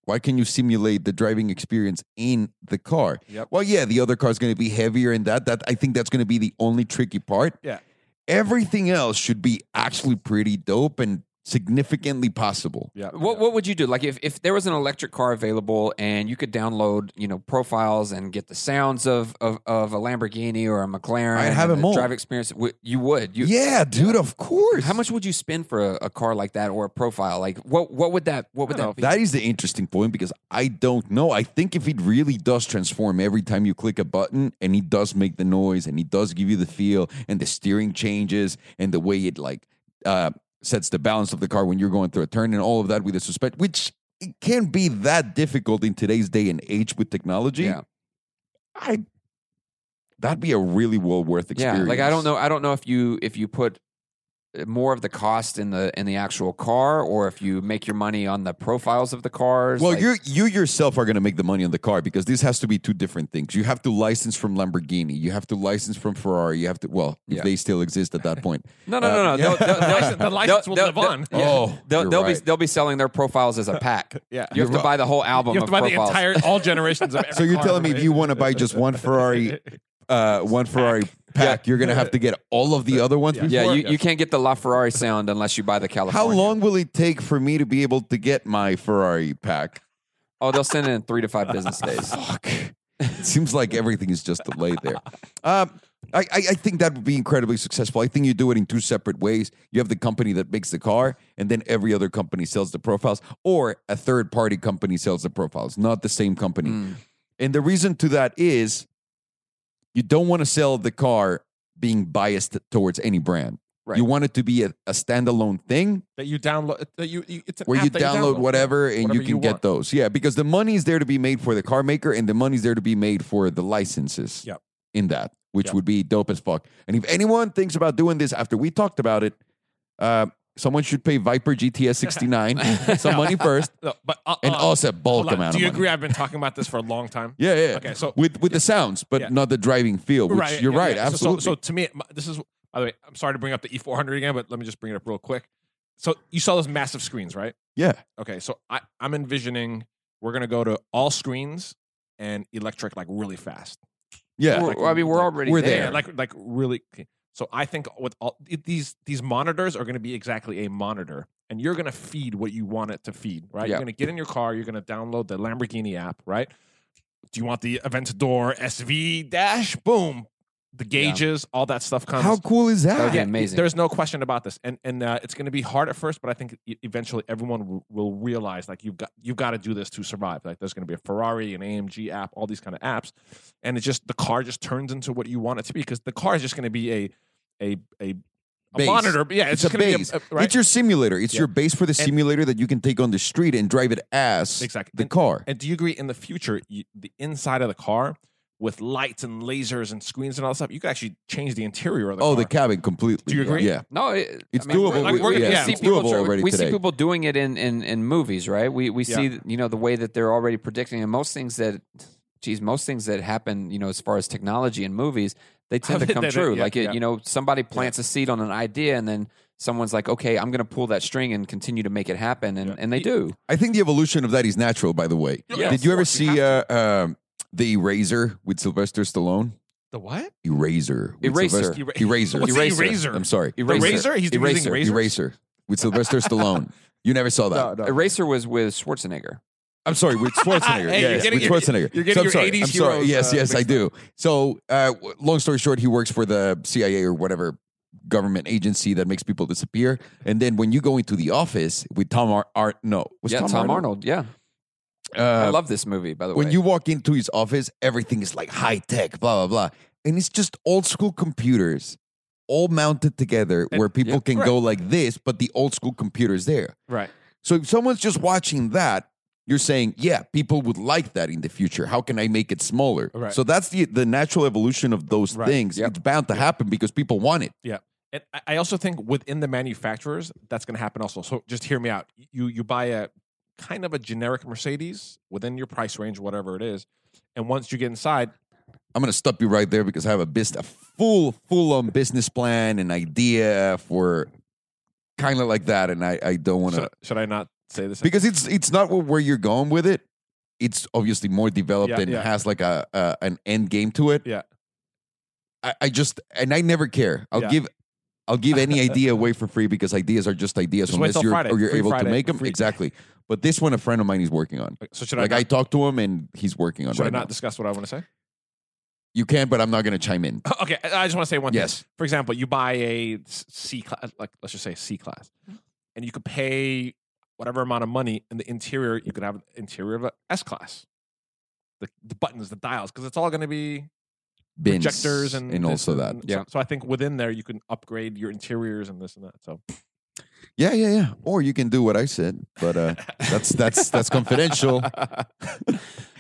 A: Why can you simulate the driving experience in the car?
B: Yep.
A: Well, yeah, the other car is going to be heavier and that that I think that's going to be the only tricky part.
B: Yeah.
A: Everything else should be actually pretty dope and significantly possible.
B: Yeah.
C: What what would you do? Like if, if there was an electric car available and you could download, you know, profiles and get the sounds of of, of a Lamborghini or a McLaren,
A: I'd have
C: and
A: it
C: the
A: more.
C: drive experience. w- You would. You,
A: yeah, dude, of course.
C: How much would you spend for a, a car like that or a profile? Like what what would that what would
B: I don't
C: that be?
A: That is the interesting point because I don't know. I think if it really does transform every time you click a button and he does make the noise and he does give you the feel and the steering changes and the way it like uh, sets the balance of the car when you're going through a turn and all of that with a suspect, which it can't be that difficult in today's day and age with technology.
C: Yeah.
A: I that'd be a really well worth experience.
C: Yeah, like I don't know I don't know if you if you put eh, more of the cost in the in the actual car or if you make your money on the profiles of the cars.
A: Well,
C: like-
A: you you yourself are going to make the money on the car because this has to be two different things. You have to license from Lamborghini. You have to license from Ferrari. You have to well,
C: Yeah.
A: if they still exist at that point.
C: No, no, no, no. They'll- they'll-
B: The
C: they'll-
B: license- Uh, the license
C: they'll-
B: will
C: they'll-
B: live on.
C: they'll-
A: Oh,
C: They'll,
A: you're
C: they'll be
A: right.
C: they'll be selling their profiles as a pack.
B: Yeah.
C: you have to
A: You're
C: buy the whole album.
B: You have
C: of
B: to buy the
C: profiles.
B: entire all generations of. Every
A: So you're
B: car
A: telling me
B: ever
A: if you
B: made.
A: want to buy just one Ferrari, uh, one Ferrari pack, you're going to have to get all of the other ones.
C: Yeah,
A: before-
C: you, you can't get the LaFerrari sound unless you buy the
A: How
C: California.
A: long will it take for me to be able to get my Ferrari pack?
C: Oh, they'll send it in three to five business days.
A: Fuck. It seems like everything is just delayed there. Um, I, I, I think that would be incredibly successful. I think you do it in two separate ways. You have the company that makes the car, and then every other company sells the profiles, or a third party company sells the profiles, not the same company.
C: Mm.
A: And the reason to that is you don't want to sell the car being biased towards any brand.
C: Right.
A: You want it to be a, a standalone thing
B: that you download that you, you it's an
A: where
B: app
A: you
B: that
A: download whatever and
B: Whatever
A: you can
B: you want.
A: get those. Yeah, because the money is there to be made for the car maker and the money's there to be made for the licenses.
B: Yep.
A: In that, which
B: Yep.
A: would be dope as fuck. And if anyone thinks about doing this after we talked about it, uh, someone should pay Viper GTS 69 some money first
B: No, but uh,
A: and
B: uh,
A: us a bulk
B: hold on.
A: amount
B: Do
A: of
B: you
A: money.
B: agree? I've been talking about this for a long time.
A: Yeah, yeah.
B: Okay, so-
A: with with the sounds, but
B: Yeah.
A: not the driving feel. Which you're
B: yeah,
A: right,
B: yeah. So- so-
A: absolutely.
B: So, to me, my- this is by the way. I'm sorry to bring up the E400 again, but let me just bring it up real quick. So you saw those massive screens, right?
A: yeah,
B: Okay, so I, I'm envisioning we're gonna go to all screens and electric like really fast.
A: yeah.
C: We're- I mean, we're already
A: We're
C: there.
A: there.
B: like like really. So I think with all it- these these monitors are gonna be exactly a monitor, and you're gonna feed what you want it to feed, right?
C: Yeah.
B: You're gonna get in your car, you're gonna download the Lamborghini app, right? Do you want the Aventador SV dash? Boom. The gauges, all that stuff comes.
A: How cool is
C: That would
A: that?
C: be amazing.
B: There's no question about this, and and uh, it's going to be hard at first, but I think e- eventually everyone w- will realize like you've got you've got to do this to survive. Like there's going to be a Ferrari, an AMG app, all these kind of apps, and it just the car just turns into what you want it to be because the car is just going to be a a a, a
A: Base.
B: monitor. Yeah, it's,
A: It's
B: just
A: a
B: going to
A: base.
B: be a- a, right.
A: It's your simulator. It's
B: Yeah.
A: your base for the simulator that you can take on the street and drive it as
B: Exactly.
A: the car.
B: and do you agree? In the future, you, the inside of the car with lights and lasers and screens and all that stuff, you could actually change the interior of the
A: oh,
B: car.
A: the cabin completely.
B: Do you agree?
A: Yeah.
C: no, it,
A: It's
C: I mean,
A: doable.
B: Like,
A: We-
B: we're-
A: yeah,
B: yeah,
A: it's
C: see people
A: doable
C: tr-
A: already
C: we
A: today.
C: see people doing it in in, in movies, right? We we
B: Yeah.
C: see you know the way that they're already predicting, and most things that, geez, most things that happen, you know, as far as technology in movies, they tend to
B: They
C: come
B: do,
C: true.
B: yeah,
C: like it,
B: yeah.
C: you know, somebody plants a seed on an idea, and then someone's like, okay, I'm going to pull that string and continue to make it happen, and
B: Yeah.
C: and they
B: Y-
C: do.
A: I think the evolution of that is natural, by the way.
B: Yeah,
C: Yeah.
B: of
A: Did you ever
B: course,
A: see
B: have to.
A: uh, um, The Eraser with Sylvester Stallone?
B: the what?
A: Eraser. with
C: Eraser.
A: Sylvester-
B: Era-
A: Eraser.
B: What's
C: Eraser.
B: Eraser?
A: I'm sorry.
B: The
C: Eraser.
B: razor? He's
A: Eraser.
B: using razors?
A: Eraser. with Sylvester Stallone. You never saw that.
C: Eraser was with Schwarzenegger.
A: I'm sorry, with Schwarzenegger.
B: Hey, you're
A: yes,
B: getting
A: with
B: your-
A: Schwarzenegger.
B: you're getting
A: so I'm sorry.
B: your 80s
A: I'm sorry.
B: heroes,
A: yes,
B: uh,
A: yes, I
B: mixed
A: do. So, uh, w- long story short, he works for the CIA or whatever government agency that makes people disappear. And then when you go into the office with Tom Ar- Ar- no, was
C: yeah, Tom, Arnold. Yeah, I
A: Uh,
C: love this movie by the way.
A: when you walk into his office, everything is like high tech, blah blah blah, and it's just old school computers. All mounted together,
B: And-
A: where people
C: yeah,
A: can
B: right.
A: go like this, but the old school computer's there.
B: Right.
A: So if someone's just watching that, you're saying, yeah, people would like that in the future. How can I make it smaller?
B: Right.
A: So that's the the natural evolution of those
B: Right.
A: things.
C: Yep.
A: It's bound to happen because people want it.
B: And I- I also think within the manufacturers, that's going to happen also. So just hear me out. You you buy a kind of a generic Mercedes within your price range, whatever it is, and once you get inside,
A: I'm gonna stop you right there because I have a business, a full full on business plan and idea for kind of like that, and I I don't want to
B: should, should I not say this?
A: because it's it's not what, where you're going with it. It's obviously more developed
B: Yeah,
A: and
B: yeah.
A: has like a, a an end game to it.
B: Yeah.
A: I, I just and I never care. I'll
B: Yeah.
A: give I'll give any idea away for free because ideas are just ideas
B: Just wait
A: unless
B: till
A: you're
B: Friday.
A: or you're
B: Free
A: able to
B: Friday
A: make
B: for
A: them.
B: free.
A: Exactly. But this one, a friend of mine is working on.
B: So should
A: like
B: I
A: I
B: not,
A: talked to him and he's working on
B: should I
A: right
B: not
A: now.
B: discuss what I want to say?
A: You can, but I'm not going to chime in.
B: Okay, I I just want to say one thing.
A: Yes.
B: For example, you buy a C class, like let's just say C class, and you could pay whatever amount of money in the interior. You could have an interior of an S class, the, the buttons, the dials, because it's all going to be
A: Bins
B: projectors and
A: and
B: this
A: also that.
B: and-
C: Yeah.
B: So, so I think within there you can upgrade your interiors and this and that. So
A: Yeah, yeah, yeah. Or you can do what I said, but uh, that's that's that's confidential.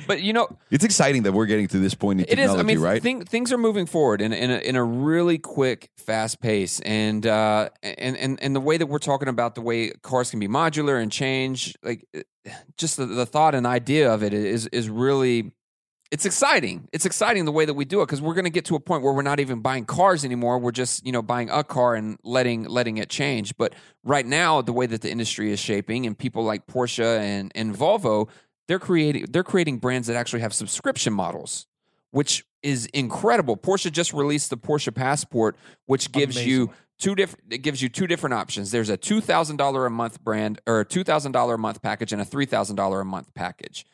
C: But you know,
A: It's exciting that we're getting to this point in
C: it is.
A: technology,
C: I mean,
A: right?
C: thing, things are moving forward in in a, in a really quick, fast pace, and uh, and and and the way that we're talking about the way cars can be modular and change, like it- just the, the thought and idea of it is is really. It's exciting. It's exciting the way that we do it because we're going to get to a point where we're not even buying cars anymore. We're just you know buying a car and letting letting it change. But right now, the way that the industry is shaping and people like Porsche and and Volvo, they're creating they're creating brands that actually have subscription models which is incredible. Porsche just released the Porsche Passport, which gives you two different. It gives you two different options. There's a two thousand dollar a month brand or a two thousand dollar a month package and a three thousand dollar a month package.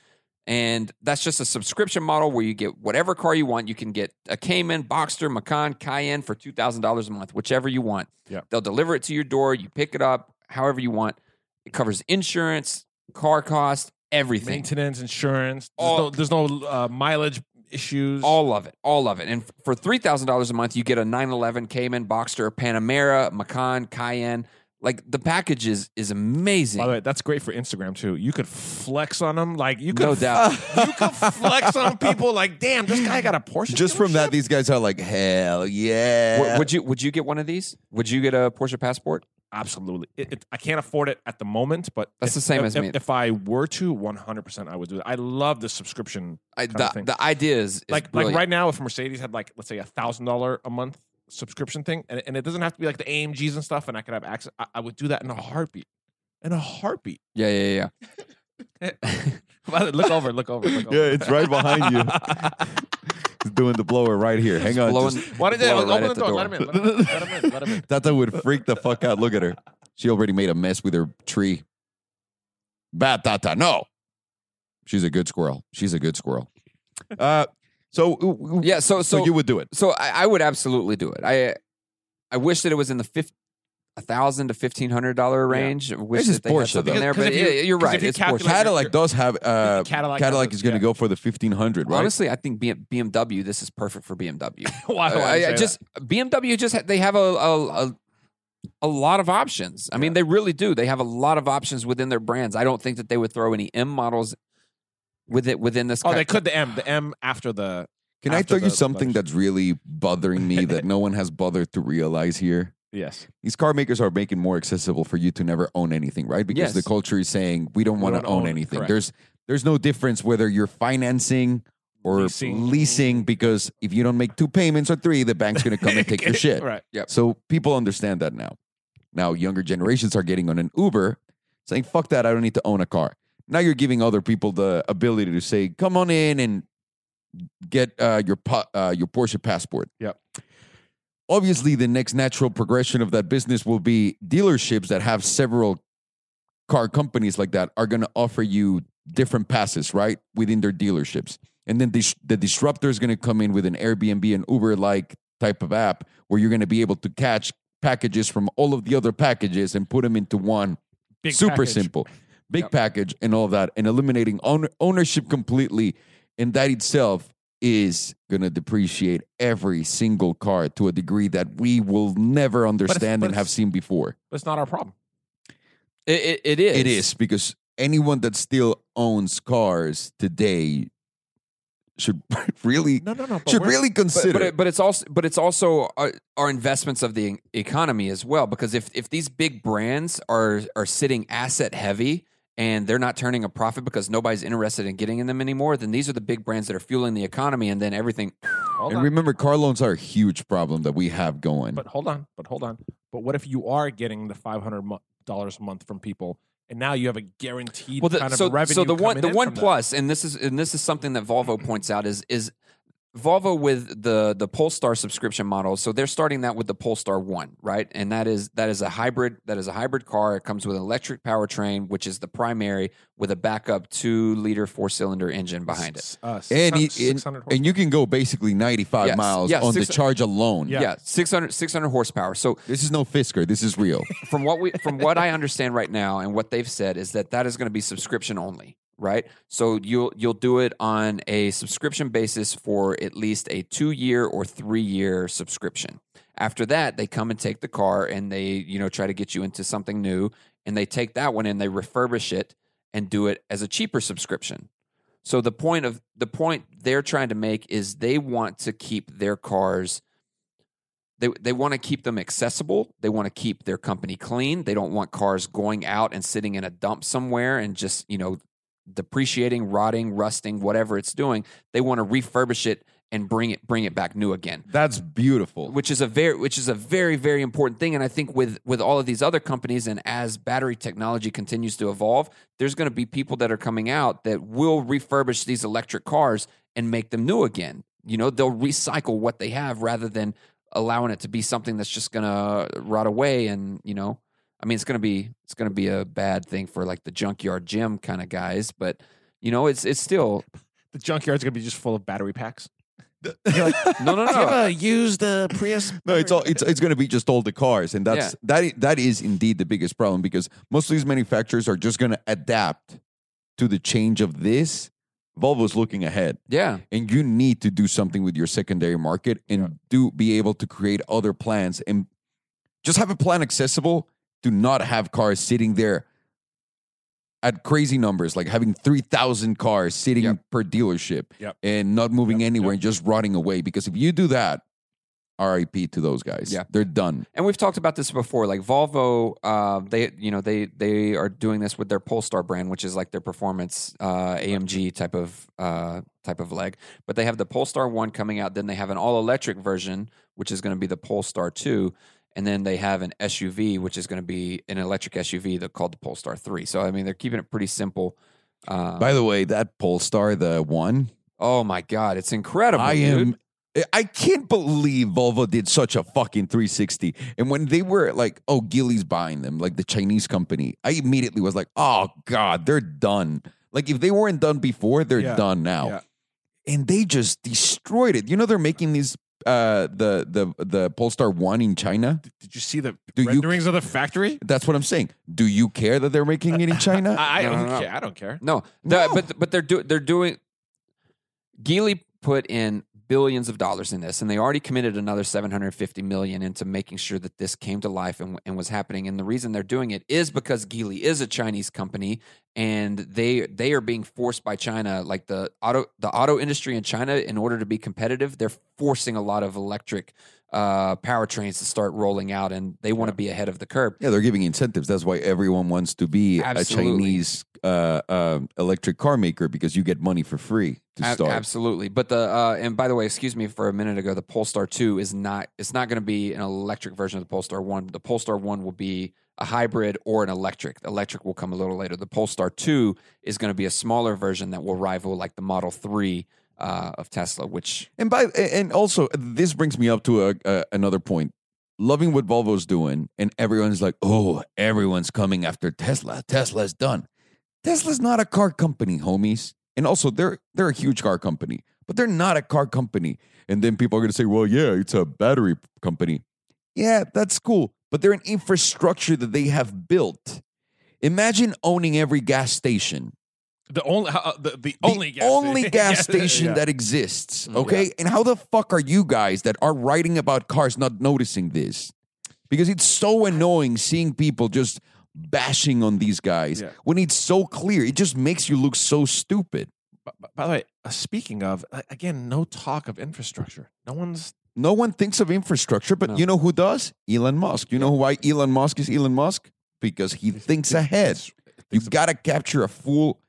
C: And that's just a subscription model where you get whatever car you want. You can get a Cayman, Boxster, Macan, Cayenne for two thousand dollars a month, whichever you want.
B: Yeah.
C: They'll deliver it to your door. You pick it up however you want. It covers insurance, car cost, everything.
B: maintenance, insurance. There's
C: All-
B: no, there's no uh, mileage issues.
C: All of it, all of it, and f- for three thousand dollars a month, you get a nine eleven Cayman, Boxster, Panamera, Macan, Cayenne. Like the package is is amazing.
B: By the way, that's great for Instagram too. You could flex on them, like you could,
C: no doubt.
B: you could flex on people, like damn, this guy got a Porsche.
A: Just from that,
B: dealership?
A: these guys are like, hell yeah.
C: W- would you would you get one of these? Would you get a Porsche Passport?
B: absolutely. It, it, I can't afford it at the moment, but
C: That's
B: if-
C: the same
B: if,
C: as
B: if,
C: me.
B: If I were to, one hundred percent, I would do that. I love the subscription.
C: I,
B: Kinda
C: the
B: thing.
C: the idea is, is
B: like
C: brilliant.
B: like right now, if Mercedes had like let's say a thousand dollar a month subscription thing, and, and it doesn't have to be like the AMGs and stuff, and I could have access. I, I would do that in a heartbeat. In a heartbeat.
C: Yeah, yeah, yeah.
B: look over, look over, look over.
A: yeah, it's right behind you. He's doing the blower right here. Hang on.
C: Blowing-
A: just-
B: Why did they
C: blow it
B: open
C: right
B: the
C: at the
B: door?
C: door.
B: Let him in. Let him in. Let him in. Let him in.
A: Tata would freak the fuck out. Look at her. She already made a mess with her tree. Bad Tata. No. She's a good squirrel. She's a good squirrel. Uh, so,
C: Yeah, so
A: so,
C: so
A: you would do it.
C: so I, I would absolutely do it. I I wish that it was in the fif- a thousand to fifteen hundred dollar range. I wish
A: This is
C: that they had
A: Porsche,
C: something
A: though.
C: there,
B: Because
C: but
B: if you-
C: yeah, you're
B: because
C: right.
B: if you
C: It's
B: calculate-
C: Porsche.
A: Cadillac does have. Uh,
B: Cadillac
A: Cadillac,
B: does,
A: is going to
B: yeah.
A: go for the 1500, right?
C: Honestly, I think BM- BMW. This is perfect for BMW.
B: Why do
C: Oh, I, I- I
B: say that?
C: just BMW just ha- they have a a, a a lot of options. I mean, they really do. They have a lot of options within their brands. I don't think that they would throw any M models with it within this.
B: Oh,
C: cut-
B: they could the M, the M after the.
A: Can I
B: after
A: tell you
B: the
A: something
B: letters.
A: that's really bothering me that no one has bothered to realize here?
B: Yes.
A: These car makers are making more accessible for you to never own anything, right? Because
C: Yes.
A: the culture is saying we don't want to
B: don't
A: own
B: own,
A: anything.
B: correct.
A: There's there's no difference whether you're financing or
B: Leasing.
A: leasing. because if you don't make two payments or three, the bank's going to come and take your shit.
B: Right.
A: So people understand that now. Now younger generations are getting on an Uber saying, fuck that, I don't need to own a car. Now you're giving other people the ability to say, come on in and get uh, your po- uh, your Porsche passport.
B: Yep.
A: Obviously, the next natural progression of that business will be dealerships that have several car companies like that are going to offer you different passes, right, within their dealerships. And then dis- the disruptor is going to come in with an Airbnb and Uber like type of app where you're going to be able to catch packages from all of the other packages and put them into one
B: Big
A: super
B: package.
A: simple big
C: Yep.
A: package and all that and eliminating own- ownership completely and that itself is going to depreciate every single car to a degree that we will never understand
B: but
A: and
B: it's-
A: have seen before
B: But it's not our problem.
C: It- it- it is.
A: it is because anyone that still owns cars today should really
B: No, no, no. but
A: should
B: we're-
A: really
C: But,
A: consider
C: but, it, but it's also but it's also our, our investments of the e, economy as well because if if these big brands are are sitting asset heavy and they're not turning a profit because nobody's interested in getting in them anymore then these are the big brands that are fueling the economy and then everything
B: Hold
A: and
B: on.
A: remember car loans are a huge problem that we have going
B: But hold on. But hold on. But what if you are getting the five hundred dollars a month from people, and now you have a guaranteed
C: well, the,
B: kind of
C: so,
B: revenue?
C: so the one
B: coming
C: the
B: in
C: one
B: from that?
C: plus, and this is and this is something that Volvo points out is is Volvo with the the Polestar subscription model, so they're starting that with the Polestar One, right? And that is that is a hybrid that is a hybrid car. It comes with an electric powertrain, which is the primary, with a backup two liter four cylinder engine behind it.
B: S- Uh,
A: And,
B: 600,
A: he, and,
B: 600
A: and you can go basically 95
C: Yes.
A: miles
C: Yeah,
A: on
C: six-
A: the charge alone.
B: Yeah.
C: Yeah, 600, 600 horsepower. So
A: This is no Fisker. This is real.
C: from what we from what I understand right now and what they've said is that that is going to be subscription only, right? So you'll you'll do it on a subscription basis for at least a 2-year or 3-year subscription. After that, they come and take the car and they, you know, try to get you into something new and they take that one and they refurbish it and do it as a cheaper subscription. So the point of the point they're trying to make is they want to keep their cars they they want to keep them accessible. They want to keep their company clean. They don't want cars going out and sitting in a dump somewhere and just, you know, depreciating, rotting, rusting, whatever it's doing. They want to refurbish it and bring it bring it back new again
A: That's beautiful.
C: which is a very which is a very very important thing and i think with with all of these other companies and as battery technology continues to evolve there's going to be people that are coming out that will refurbish these electric cars and make them new again you know they'll recycle what they have rather than allowing it to be something that's just going to rot away and you know i mean it's going to be it's going to be a bad thing for like the junkyard gym kind of guys but you know it's it's still
B: the junkyard's gonna be just full of battery packs.
C: no no
D: Do you
C: no
D: ever use the Prius?
A: No, it's all it's it's going to be just all the cars, and that's that i- that is indeed the biggest problem because most of these manufacturers are just going to adapt to the change of this. Volvo's looking ahead,
C: yeah
A: and you need to do something with your secondary market and do be able to create other plans and just have a plan accessible. Do not have cars sitting there at crazy numbers, like having three thousand cars sitting
C: Yep.
A: per dealership
B: Yep.
A: and not moving
B: Yep,
A: anywhere
B: yep.
A: and just rotting away. Because if you do that. RIP to those guys.
C: Yeah.
A: They're done.
C: and we've talked about this before. Like Volvo, uh, they you know they they are doing this with their Polestar brand, which is like their performance uh, AMG type of uh, type of leg. But they have the Polestar one coming out. Then they have an all electric version, which is going to be the Polestar two, and then they have an SUV, which is going to be an electric SUV that called the Polestar three. So I mean, they're keeping it pretty simple. Uh,
A: By the way, that Polestar, the one,
C: oh my god, it's incredible!
A: I
C: dude.
A: am. I can't believe Volvo did such a fucking 360. And when they were like, oh, Geely's buying them, like the Chinese company, I immediately was like, oh, God, they're done. Like, if they weren't done before, they're
B: Yeah,
A: done now.
B: yeah.
A: And they just destroyed it. You know, they're making these, uh, the, the, the Polestar 1 in China.
B: Did, did you see the
A: Do you-
B: renderings of the factory?
A: That's what I'm saying. Do you care that they're making it in China?
B: I, I
C: No,
B: don't
C: no, no.
B: care. I don't care.
C: No, the-
A: No.
C: but but they're do, they're doing. Geely put in billions of dollars in this, and they already committed another seven hundred fifty million into making sure that this came to life and, and was happening. And the reason they're doing it is because Geely is a Chinese company, and they they are being forced by China, like the auto the auto industry in China, in order to be competitive, they're forcing a lot of electric uh, powertrains to start rolling out, and they want to be ahead of the curve.
A: Yeah, they're giving incentives. That's why everyone wants to be a
C: Absolutely.
A: Chinese uh, um electric car maker because you get money for free to
C: Ab-
A: start.
C: Absolutely, but the uh, and by the way, excuse me for a minute ago. The Polestar Two is not. It's not going to be an electric version of the Polestar One. The Polestar One will be a hybrid or an electric. The electric will come a little later. The Polestar Two is going to be a smaller version that will rival like the Model Three uh, of Tesla. Which
A: And by and also this brings me up to a, a, another point. Loving what Volvo's doing, and everyone's like, "Oh, everyone's coming after Tesla. Tesla's done. Tesla's not a car company, homies. And also, they're they're a huge car company, but they're not a car company. And then people are gonna say, "Well, yeah, it's a battery company. Yeah, that's cool. But they're an infrastructure that they have built. Imagine owning every gas station,
B: The only uh, the, the,
A: the
B: only gas
A: only
B: station.
A: gas
B: Yeah.
A: station
B: Yeah.
A: that exists. Okay, and how the fuck are you guys that are writing about cars not noticing this? Because it's so annoying seeing people just bashing on these guys
B: Yeah.
A: when it's so clear. It just makes you look so stupid.
B: B- By the way, uh, speaking of uh, again, no talk of infrastructure. No one's
A: No one thinks of infrastructure, but
C: No.
A: you know who does? Elon Musk. You know why Elon Musk is Elon Musk? Because he thinks ahead. You've got to capture a full.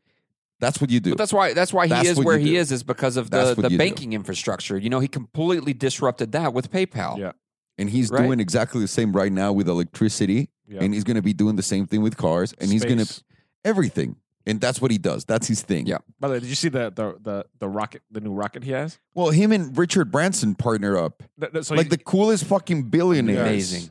A: That's what you do.
C: but that's why that's why he
A: That's
C: is
A: what
C: where
A: you
C: he
A: do.
C: is is because of the
A: That's what
C: the
A: you do.
C: banking infrastructure. You know, he completely disrupted that with PayPal.
B: Yeah.
A: And he's
C: Right.
A: doing exactly the same right now with electricity.
B: Yeah.
A: And he's going to be doing the same thing with cars. And he's going to
B: Space.
A: everything. and that's what he does. That's his thing.
C: Yeah.
B: By the way, did you see the the the, the rocket, the new rocket he has?
A: Well, him and Richard Branson partnered up,
B: Th- th- so
A: like
B: he-
A: the coolest fucking billionaires.
B: Yes.
C: Amazing.
B: so-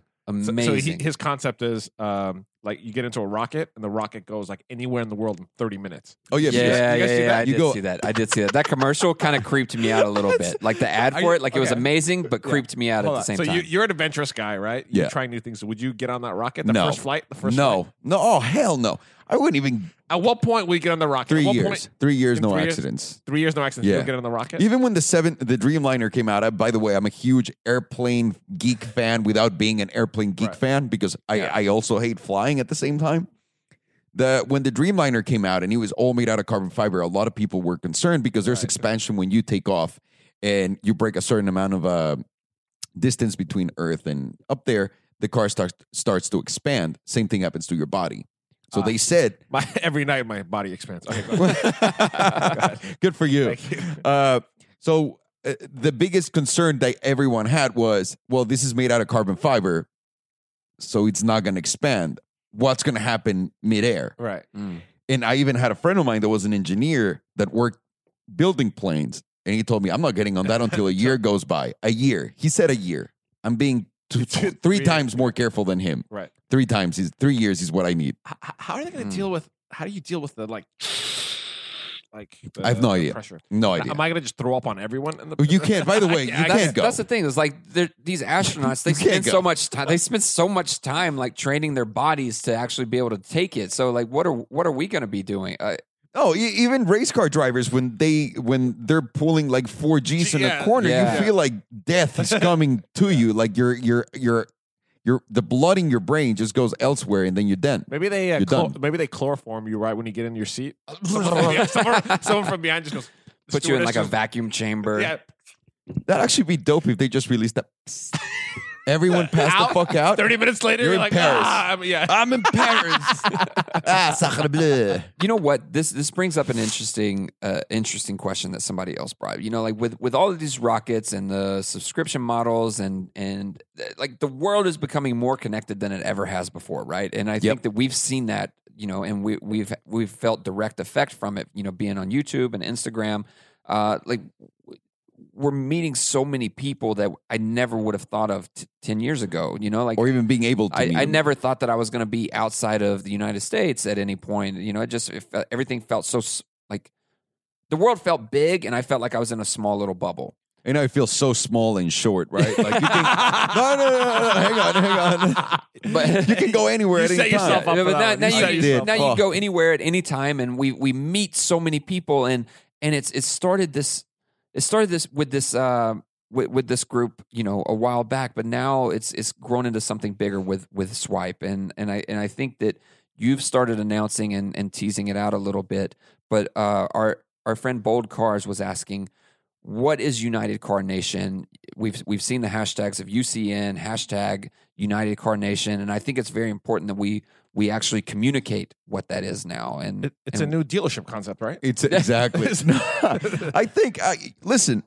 C: Amazing.
B: So, he, his concept is um, like you get into a rocket and the rocket goes like anywhere in the world in 30 minutes.
A: Oh yeah,
C: yeah,
A: because-
C: yeah,
B: you guys see
C: yeah,
B: that?
C: I
A: You
C: did
A: go-
C: see that. I did see that. That commercial kind of creeped me out a little bit. Like the ad
B: Are
C: for
B: you-
C: it, like it was
B: okay.
C: amazing, but
B: Yeah.
C: creeped me out at
B: Hold
C: the
B: on.
C: same
B: so
C: time.
B: you, you're an adventurous guy, right? You're
A: Yeah.
B: trying new things. So would you get on that rocket? The
A: No.
B: first flight? The first
A: no,
B: flight?
A: no. Oh hell no! I wouldn't even.
B: At what point will you get on the rocket?
A: Three
B: At what
A: years,
B: Point,
A: three years,
B: in
A: no
B: three years-
A: accidents.
B: three years, no accidents.
A: Yeah.
B: You'll get on the rocket?
A: Even when the seven, the Dreamliner came out. I, by the way, I'm a huge airplane geek fan without being an airplane geek
B: Right.
A: fan because I,
B: Yeah.
A: I also hate flying at the same time. The when the Dreamliner came out and it was all made out of carbon fiber, a lot of people were concerned because there's
B: Right.
A: expansion when you take off and you break a certain amount of uh, distance between Earth and up there. The car starts starts to expand. Same thing happens to your body. So
B: Ah.
A: they said,
B: My, every night my body expands. Okay, go ahead.
A: "Good for you."
B: Thank you.
A: Uh, so uh, the biggest concern that everyone had was, well, this is made out of carbon fiber, so it's not going to expand. What's going to happen midair?
B: Right.
C: Mm.
A: And I even had a friend of mine that was an engineer that worked building planes, and he told me, I'm not getting on that until a year goes by. A year, he said, a year. I'm being two,
B: Two,
A: three
B: three
A: times more careful than him.
B: Right.
A: Three times is three years is what I need.
B: H- h- how are they going to
C: Mm.
A: Hmm.
B: deal with? How do you deal with the like? Like the,
A: I have no
B: the
A: idea.
B: Pressure.
A: No idea.
B: Am I going to just throw up on everyone? In the,
A: You can't. By the way, you
B: I
A: can't
B: can't.
A: go.
C: That's the thing. Is like they're- these astronauts, they
A: You can't
C: spend
A: go.
C: so much time. They spend so much time like training their bodies to actually be able to take it. So like, what are what are we going to be doing? Uh,
A: Oh, e- even race car drivers when they when they're pulling like four Gs in
B: Yeah.
A: a corner,
C: Yeah.
A: you feel like death is coming to you. Like your your your your the blood in your brain just goes elsewhere, and then you're done.
B: Maybe they uh,
A: You're
B: chlor-
A: done.
B: maybe they chloroform you right when you get in your seat. someone, someone from behind just goes. the
C: put you in
B: stewardess
C: like a
B: just-
C: vacuum chamber.
B: Yeah,
A: That'd actually be dope if they just released that. Everyone passed the
B: Out.
A: fuck out.
B: thirty minutes later,
A: You're
B: you're,
A: in
B: like,
A: Paris.
B: ah, I'm- yeah.
A: I'm in Paris. ah, sacre bleu.
C: you know what this this brings up an interesting uh, interesting question that somebody else brought you know like with with all of these rockets and the subscription models and and uh, like the world is becoming more connected than it ever has before right and i think that we've seen that you know and we we've we've felt direct effect from it you know being on youtube and instagram uh like w- we're meeting so many people that i never would have thought of t- 10 years ago you know like
A: Or even being able to.
C: I,
A: meet
C: I
A: him.
C: never thought that I was going to be outside of the United States at any point. You know, it just it, fe- everything felt so s- like the world felt big, and I felt like I was in a small little bubble.
A: And I feel so small and short, right? Like you can. no, no, no, no, no. Hang on, hang on.
C: But
A: You can go anywhere
B: You
A: at any
B: set yourself
A: time.
B: up. for
C: but now,
B: that
C: now
B: one. You
C: you,
B: set yourself
C: now you
A: up.
C: go anywhere at any time, and we we meet so many people, and and it's it started this it started this with this. Uh, with, with this group, you know, a while back, but now it's it's grown into something bigger with with Swipe, and and I and I think that you've started announcing and, and teasing it out a little bit. But uh, our our friend Bold Cars was asking, what is United Car Nation? We've we've seen the hashtags of UCN hashtag United Car Nation, and I think it's very important that we we actually communicate what that is now. And
B: It- it's a
C: and-
B: new dealership concept, right?
A: It's exactly. It's not- I think. I, listen,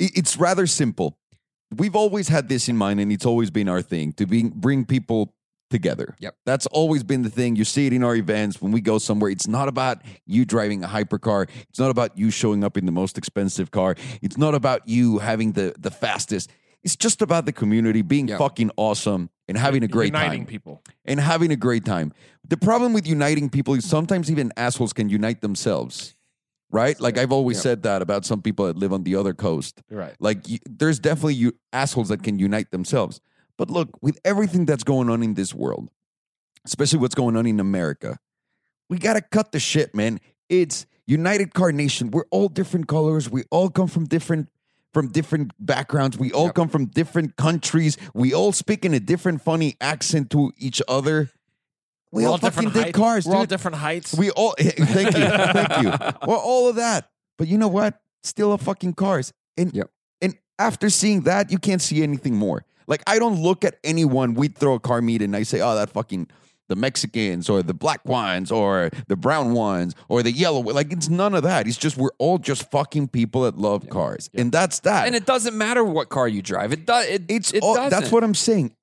A: i- it's rather simple. We've always had this in mind, and it's always been our thing to be, bring people together.
C: Yep.
A: That's always been the thing. You see it in our events when we go somewhere. It's not about you driving a hypercar. It's not about you showing up in the most expensive car. It's not about you having the the fastest. It's just about the community being
C: Yep.
A: fucking awesome and having a great
B: Uniting
A: time
B: people.
A: and having a great time. The problem with uniting people is sometimes even assholes can unite themselves, right? Like I've always
C: Yeah.
A: said that about some people that live on the other coast.
B: You're right.
A: Like you, there's definitely you assholes that can unite themselves. But look, with everything that's going on in this world, especially what's going on in America, we gotta cut the shit, man. It's United Car Nation. We're all different colors. We all come from different from different backgrounds. We all
C: Yep.
A: come from different countries. We all speak in a different funny accent to each other. We
B: We're
A: all,
B: all
A: fucking
B: different
A: did
B: height-
A: cars,
B: We're all
A: dude.
B: different heights.
A: We all thank you, thank you. Well, all of that, but you know what? Still a fucking cars, and
C: Yep.
A: and after seeing that, you can't see anything more. Like I don't look at anyone. We throw a car meet, and I say, oh, that fucking the Mexicans or the black ones or the brown ones or the yellow. Like it's none of that. It's just we're all just fucking people that love cars, and that's that.
C: and it doesn't matter what car you drive. It does. It,
A: it's
C: it
A: all,
C: doesn't.
A: that's what I'm saying.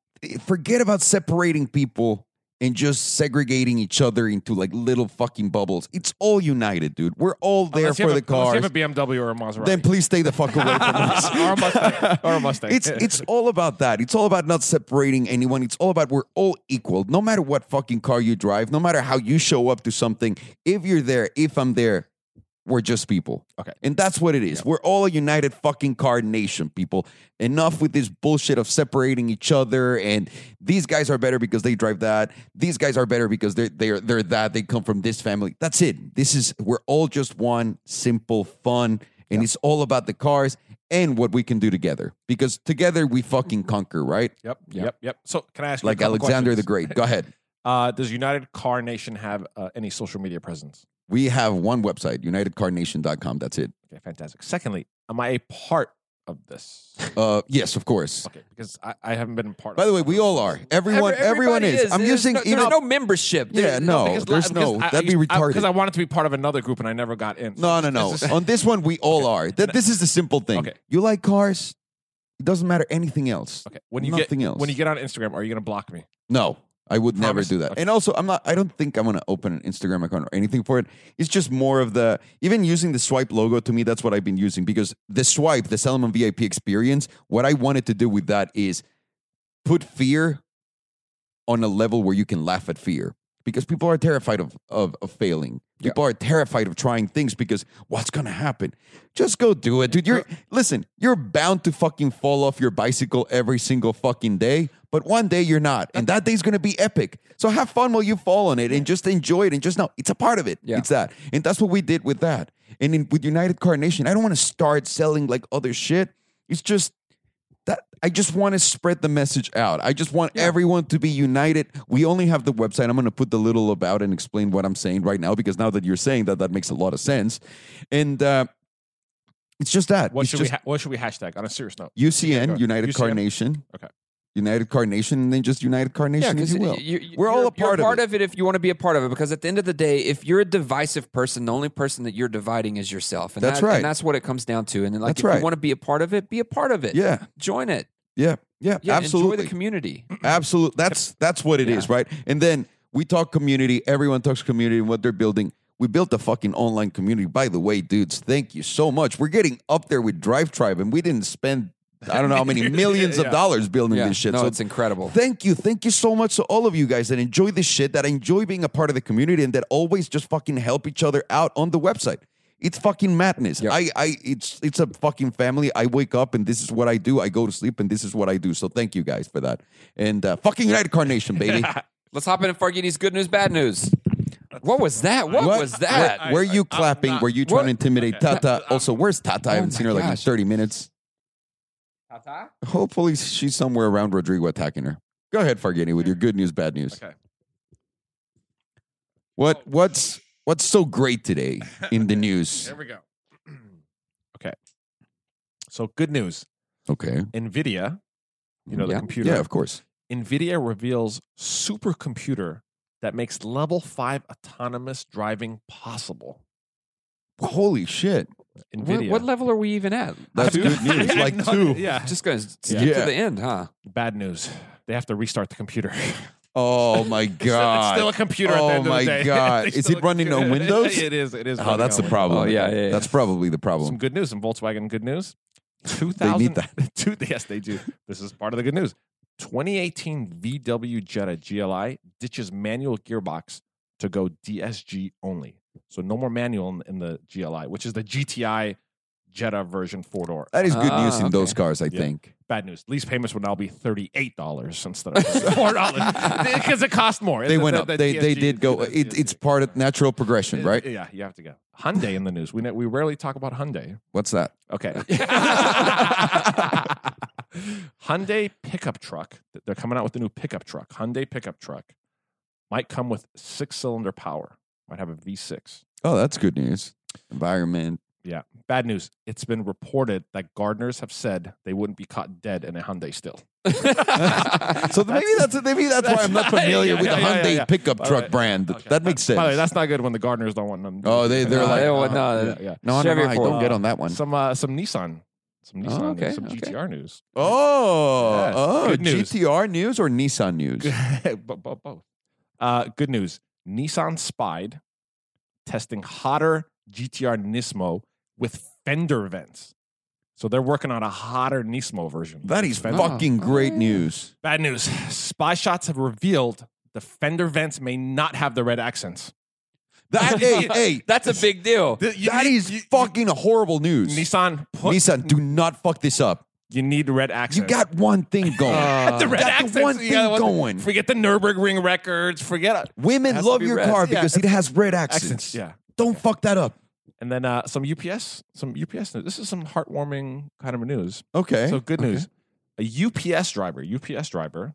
A: Forget about Eh, separating people and just segregating each other into like little fucking bubbles. It's all united, dude. We're all there
B: Unless you
A: for
B: have
A: the
B: a, unless
A: cars.
B: you have a BMW or a Maserati.
A: Then please stay the fuck away from us.
B: or a Mustang. Or a Mustang.
A: It's it's all about that. It's all about not separating anyone. It's all about we're all equal. No matter what fucking car you drive, no matter how you show up to something, if you're there, if I'm there, we're just people.
B: Okay.
A: And that's what it is. We're all a united fucking car nation, people. Enough with this bullshit of separating each other and these guys are better because they drive that. These guys are better because they're they're they're that. They come from this family. That's it. This is we're all just one simple fun. And it's all about the cars and what we can do together. Because together we fucking conquer, right?
B: yep, yep, yep. So can I ask you a
A: Like
B: couple
A: Alexander the
B: questions?
A: Great. Go ahead.
B: Uh, does United Car Nation have uh, any social media presence?
A: We have one website, unitedcarnation.com. That's it.
B: Okay, fantastic. Secondly, am I a part of this?
A: Uh, yes, of course.
B: Okay, because I, I haven't been a part.
A: By
B: of
A: the way,
B: this.
A: we all are. Everyone,
C: Every-
A: everyone
C: everybody
A: is. I'm
C: There's
A: using
C: no, there's
A: even-
C: no membership.
A: Yeah, no,
B: because
A: there's
B: la- because
A: no.
B: I-
A: that'd be
B: I- Because I,
A: retarded.
B: wanted to be part of another group and I never got in.
A: no, no, no.
B: This is-
A: On this one, we all are. That this is the simple thing.
B: Okay.
A: You like cars? It doesn't matter anything else.
B: okay, when you
A: nothing
B: get
A: else.
B: when you get on Instagram, are you going to block me?
A: No, I would never
B: Promise?
A: do that.
B: Okay.
A: And also, I'm not. I don't think I'm gonna open an Instagram account or anything for it. It's just more of the even using the swipe logo to me. That's what I've been using because the swipe, the Salomon VIP experience. What I wanted to do with that is put fear on a level where you can laugh at fear because people are terrified of of, of failing. People are terrified of trying things because what's gonna happen? Just go do it, dude. You're listen. You're bound to fucking fall off your bicycle every single fucking day, but one day you're not, and that day's gonna be epic. So have fun while you fall on it, and just enjoy it, and just know it's a part of it.
C: Yeah.
A: It's that, and that's what we did with that. And in, with United Carnation, I don't want to start selling like other shit. It's just that I just want to spread the message out. I just want everyone to be united. We only have the website. I'm going to put the little about and explain what I'm saying right now because now that you're saying that, that makes a lot of sense. And uh, it's just that.
B: What
A: It's
B: should
A: just
B: we? Ha- what should we hashtag? On a serious note,
A: UCN, United
B: UCN.
A: Carnation.
B: Okay.
A: United Carnation, and then just United Carnation if you will. We're all a part of
C: part
A: it.
C: of it if you want to be a part of it. Because at the end of the day, if you're a divisive person, the only person that you're dividing is yourself. And
A: That's
C: that-
A: right.
C: And that's what it comes down to. And then, like,
A: That's
C: if
A: right.
C: you want to be a part of it, be a part of it.
A: Yeah,
C: join it.
A: yeah, yeah,
C: Yeah,
A: absolutely.
C: enjoy the community.
A: Absolutely. That's that's what it is, right? And then we talk community. Everyone talks community and what they're building. We built a fucking online community. By the way, dudes, thank you so much. We're getting up there with Drive Tribe, and we didn't spend I don't know how many millions
B: Yeah.
A: of dollars building
C: Yeah,
A: this shit.
C: no,
A: so
C: it's incredible.
A: Thank you. Thank you so much to all of you guys that enjoy this shit, that enjoy being a part of the community, and that always just fucking help each other out on the website. It's fucking madness.
C: Yep.
A: I, I, it's, it's a fucking family. I wake up and this is what I do. I go to sleep and this is what I do. So thank you guys for that. And uh, fucking United Carnation, baby.
C: Let's hop into Farghini's good news, bad news. What was that? What, was that?
A: Were, were you clapping? were you trying to intimidate Tata? Also, where's Tata? I haven't
C: Oh my
A: seen her like in
C: gosh.
A: 30 minutes. Hopefully, she's somewhere around Rodrigo attacking her. Go ahead, Fargini, with your good news, bad news.
B: Okay. Oh.
A: What what's what's so great today in the news?
B: There we go. okay. So good news.
A: Okay.
B: NVIDIA, you know
C: Yeah.
B: the computer.
A: Yeah, of course.
B: NVIDIA reveals supercomputer that makes level five autonomous driving possible.
A: Holy shit.
C: What,
B: NVIDIA.
C: what level are we even at?
A: That's
B: Two?
A: good news. Like
B: No,
A: two.
B: Yeah.
C: Just going to skip
A: Yeah.
C: to the end, huh?
B: Bad news. They have to restart the computer.
A: Oh my
B: it's
A: god.
B: still a computer
A: Oh
B: at the end of
A: my
B: the day.
A: God.
B: It's
A: Is
B: still
A: it
B: a
A: running on
B: computer.
A: Windows?
B: it is. It is.
A: Oh,
B: running
A: that's
B: on
A: the
B: Windows.
A: problem.
C: Oh, yeah, yeah, yeah.
A: That's probably the
B: Some
A: problem.
B: good news. Some Volkswagen good news.
A: need
B: 2000.
A: that.
B: two, yes, they do. This is part of the good news. 2018 VW Jetta GLI ditches manual gearbox to go DSG only. So no more manual in, in the GLI, which is the GTI Jetta version four door.
A: That is good news
C: Ah,
A: in those
C: okay.
A: cars, I
B: Yeah.
A: think.
B: Bad news. Lease payments will now be thirty-eight dollars instead of $4 because it cost more.
A: They
B: The-
A: went
B: the-
A: up.
B: the
A: They they
B: DSG
A: did go.
B: the
A: It,
B: DSG.
A: it's part of natural progression, right?
B: Yeah, you have to go. Hyundai in the news. We ne- we rarely talk about Hyundai.
A: What's that?
B: Okay. Hyundai pickup truck. They're coming out with the new pickup truck. Hyundai pickup truck might come with six cylinder power. Might have a V6.
A: Oh, that's good news. Environment.
B: Bad news. It's been reported that gardeners have said they wouldn't be caught dead in a Hyundai still.
A: So maybe that's maybe that's, why I'm not
B: that's-
A: familiar
B: yeah,
A: with the
B: yeah, yeah,
A: Hyundai
B: yeah.
A: pickup
B: All
A: truck
B: right.
A: brand.
B: Okay.
A: That makes sense.
B: By the way, that's not good when the gardeners don't want them.
A: Oh, they- they're
B: Yeah,
A: like,
B: yeah,
C: oh, no.
B: yeah, yeah.
A: no, no, no,
C: Chevy
A: I
C: Ford.
A: don't get on that one.
B: Some uh, some Nissan, some Nissan, news,
C: okay,
B: some
C: okay.
B: GTR news.
A: Oh,
B: Yes.
A: oh,
B: Good news.
A: GTR news or Nissan news?
B: Bo- bo- both. Uh, good news Nissan Spide testing hotter GTR Nismo with fender vents. So they're working on a hotter Nismo version.
A: That is
B: Fender-
C: Wow.
A: fucking great
C: Oh, yeah.
A: news.
B: Bad news. Spy shots have revealed the fender vents may not have the red accents.
A: That hey hey,
C: That's a big deal.
B: Th- you
A: that
B: need-
A: is fucking horrible news.
B: Nissan, put,
A: Nissan, do not fuck this up.
B: you need red accents.
A: You got one thing going.
C: Uh,
B: the red
A: got the
B: accents.
A: one
B: you
A: thing
B: got the
A: going.
B: Forget the Nürburgring records. Forget
A: Women
B: has to
A: love
B: be
A: your
B: red.
A: car
B: Yeah,
A: because it has red accents.
B: accents. Yeah.
A: Don't fuck that up.
B: And then uh, some UPS, some UPS news. This is some heartwarming kind of news.
A: Eh? Okay.
B: So good
C: Okay.
B: news. A UPS driver, UPS driver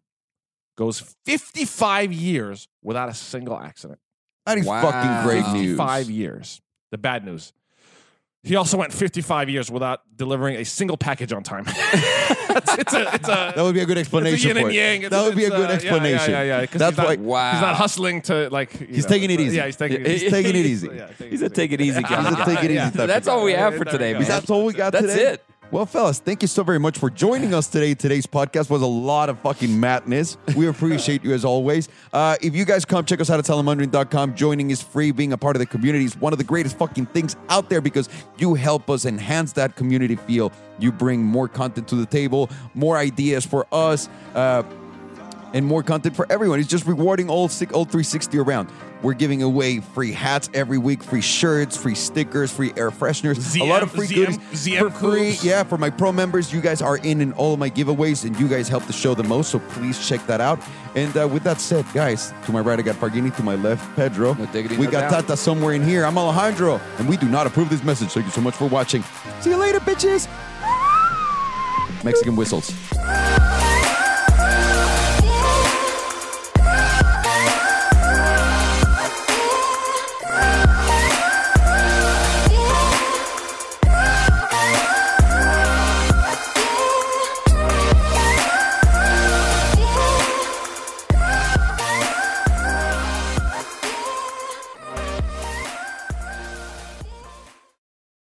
B: goes 55 years without a single accident.
A: that is
C: Wow.
A: fucking great news.
B: 55 years. The bad news. He also went 55 years without delivering a single package on time. it's, it's a, it's a,
A: That would be a good
B: it's a
A: explanation
B: yin
A: for
B: and
A: it.
B: yang. It's-
A: that would be a
B: it's,
A: good
B: uh, yeah, yeah, yeah,
A: explanation.
B: Yeah, yeah, 'Cause
A: That's
B: he's not-
A: why
C: Wow.
B: He's not hustling to like. you
A: He's taking it easy.
B: Yeah, he's taking it
C: Yeah,
B: easy.
A: he's taking it easy.
B: Yeah, take
C: He's a take it easy guy.
A: He's a take it easy type of
C: That's all we have for
B: There we
C: today,
B: go.
C: man.
A: that's all we got
C: That's
A: today.
C: it.
A: Well, fellas, thank you so very much for joining us today. Today's podcast was a lot of fucking madness. We appreciate you as always. Uh, if you guys come check us out at telemundering.com, joining is free. Being a part of the community is one of the greatest fucking things out there because you help us enhance that community feel. You bring more content to the table, more ideas for us. Uh, and more content for everyone. It's just rewarding all six, all 360 around. We're giving away free hats every week, free shirts, free stickers, free air fresheners, a lot of free
B: ZM
A: goodies
B: ZM
A: for free.
B: coupes.
A: Yeah, for my pro members, you guys are in in all of my giveaways, and you guys help the show the most. So please check that out. And uh, with that said, guys, to my right I got Fargini, to my left Pedro.
C: No diggity,
A: we
C: no
A: got
C: doubt.
A: Tata somewhere in here. I'm Alejandro, and we do not approve this message. Thank you so much for watching. See you later, bitches. Mexican whistles.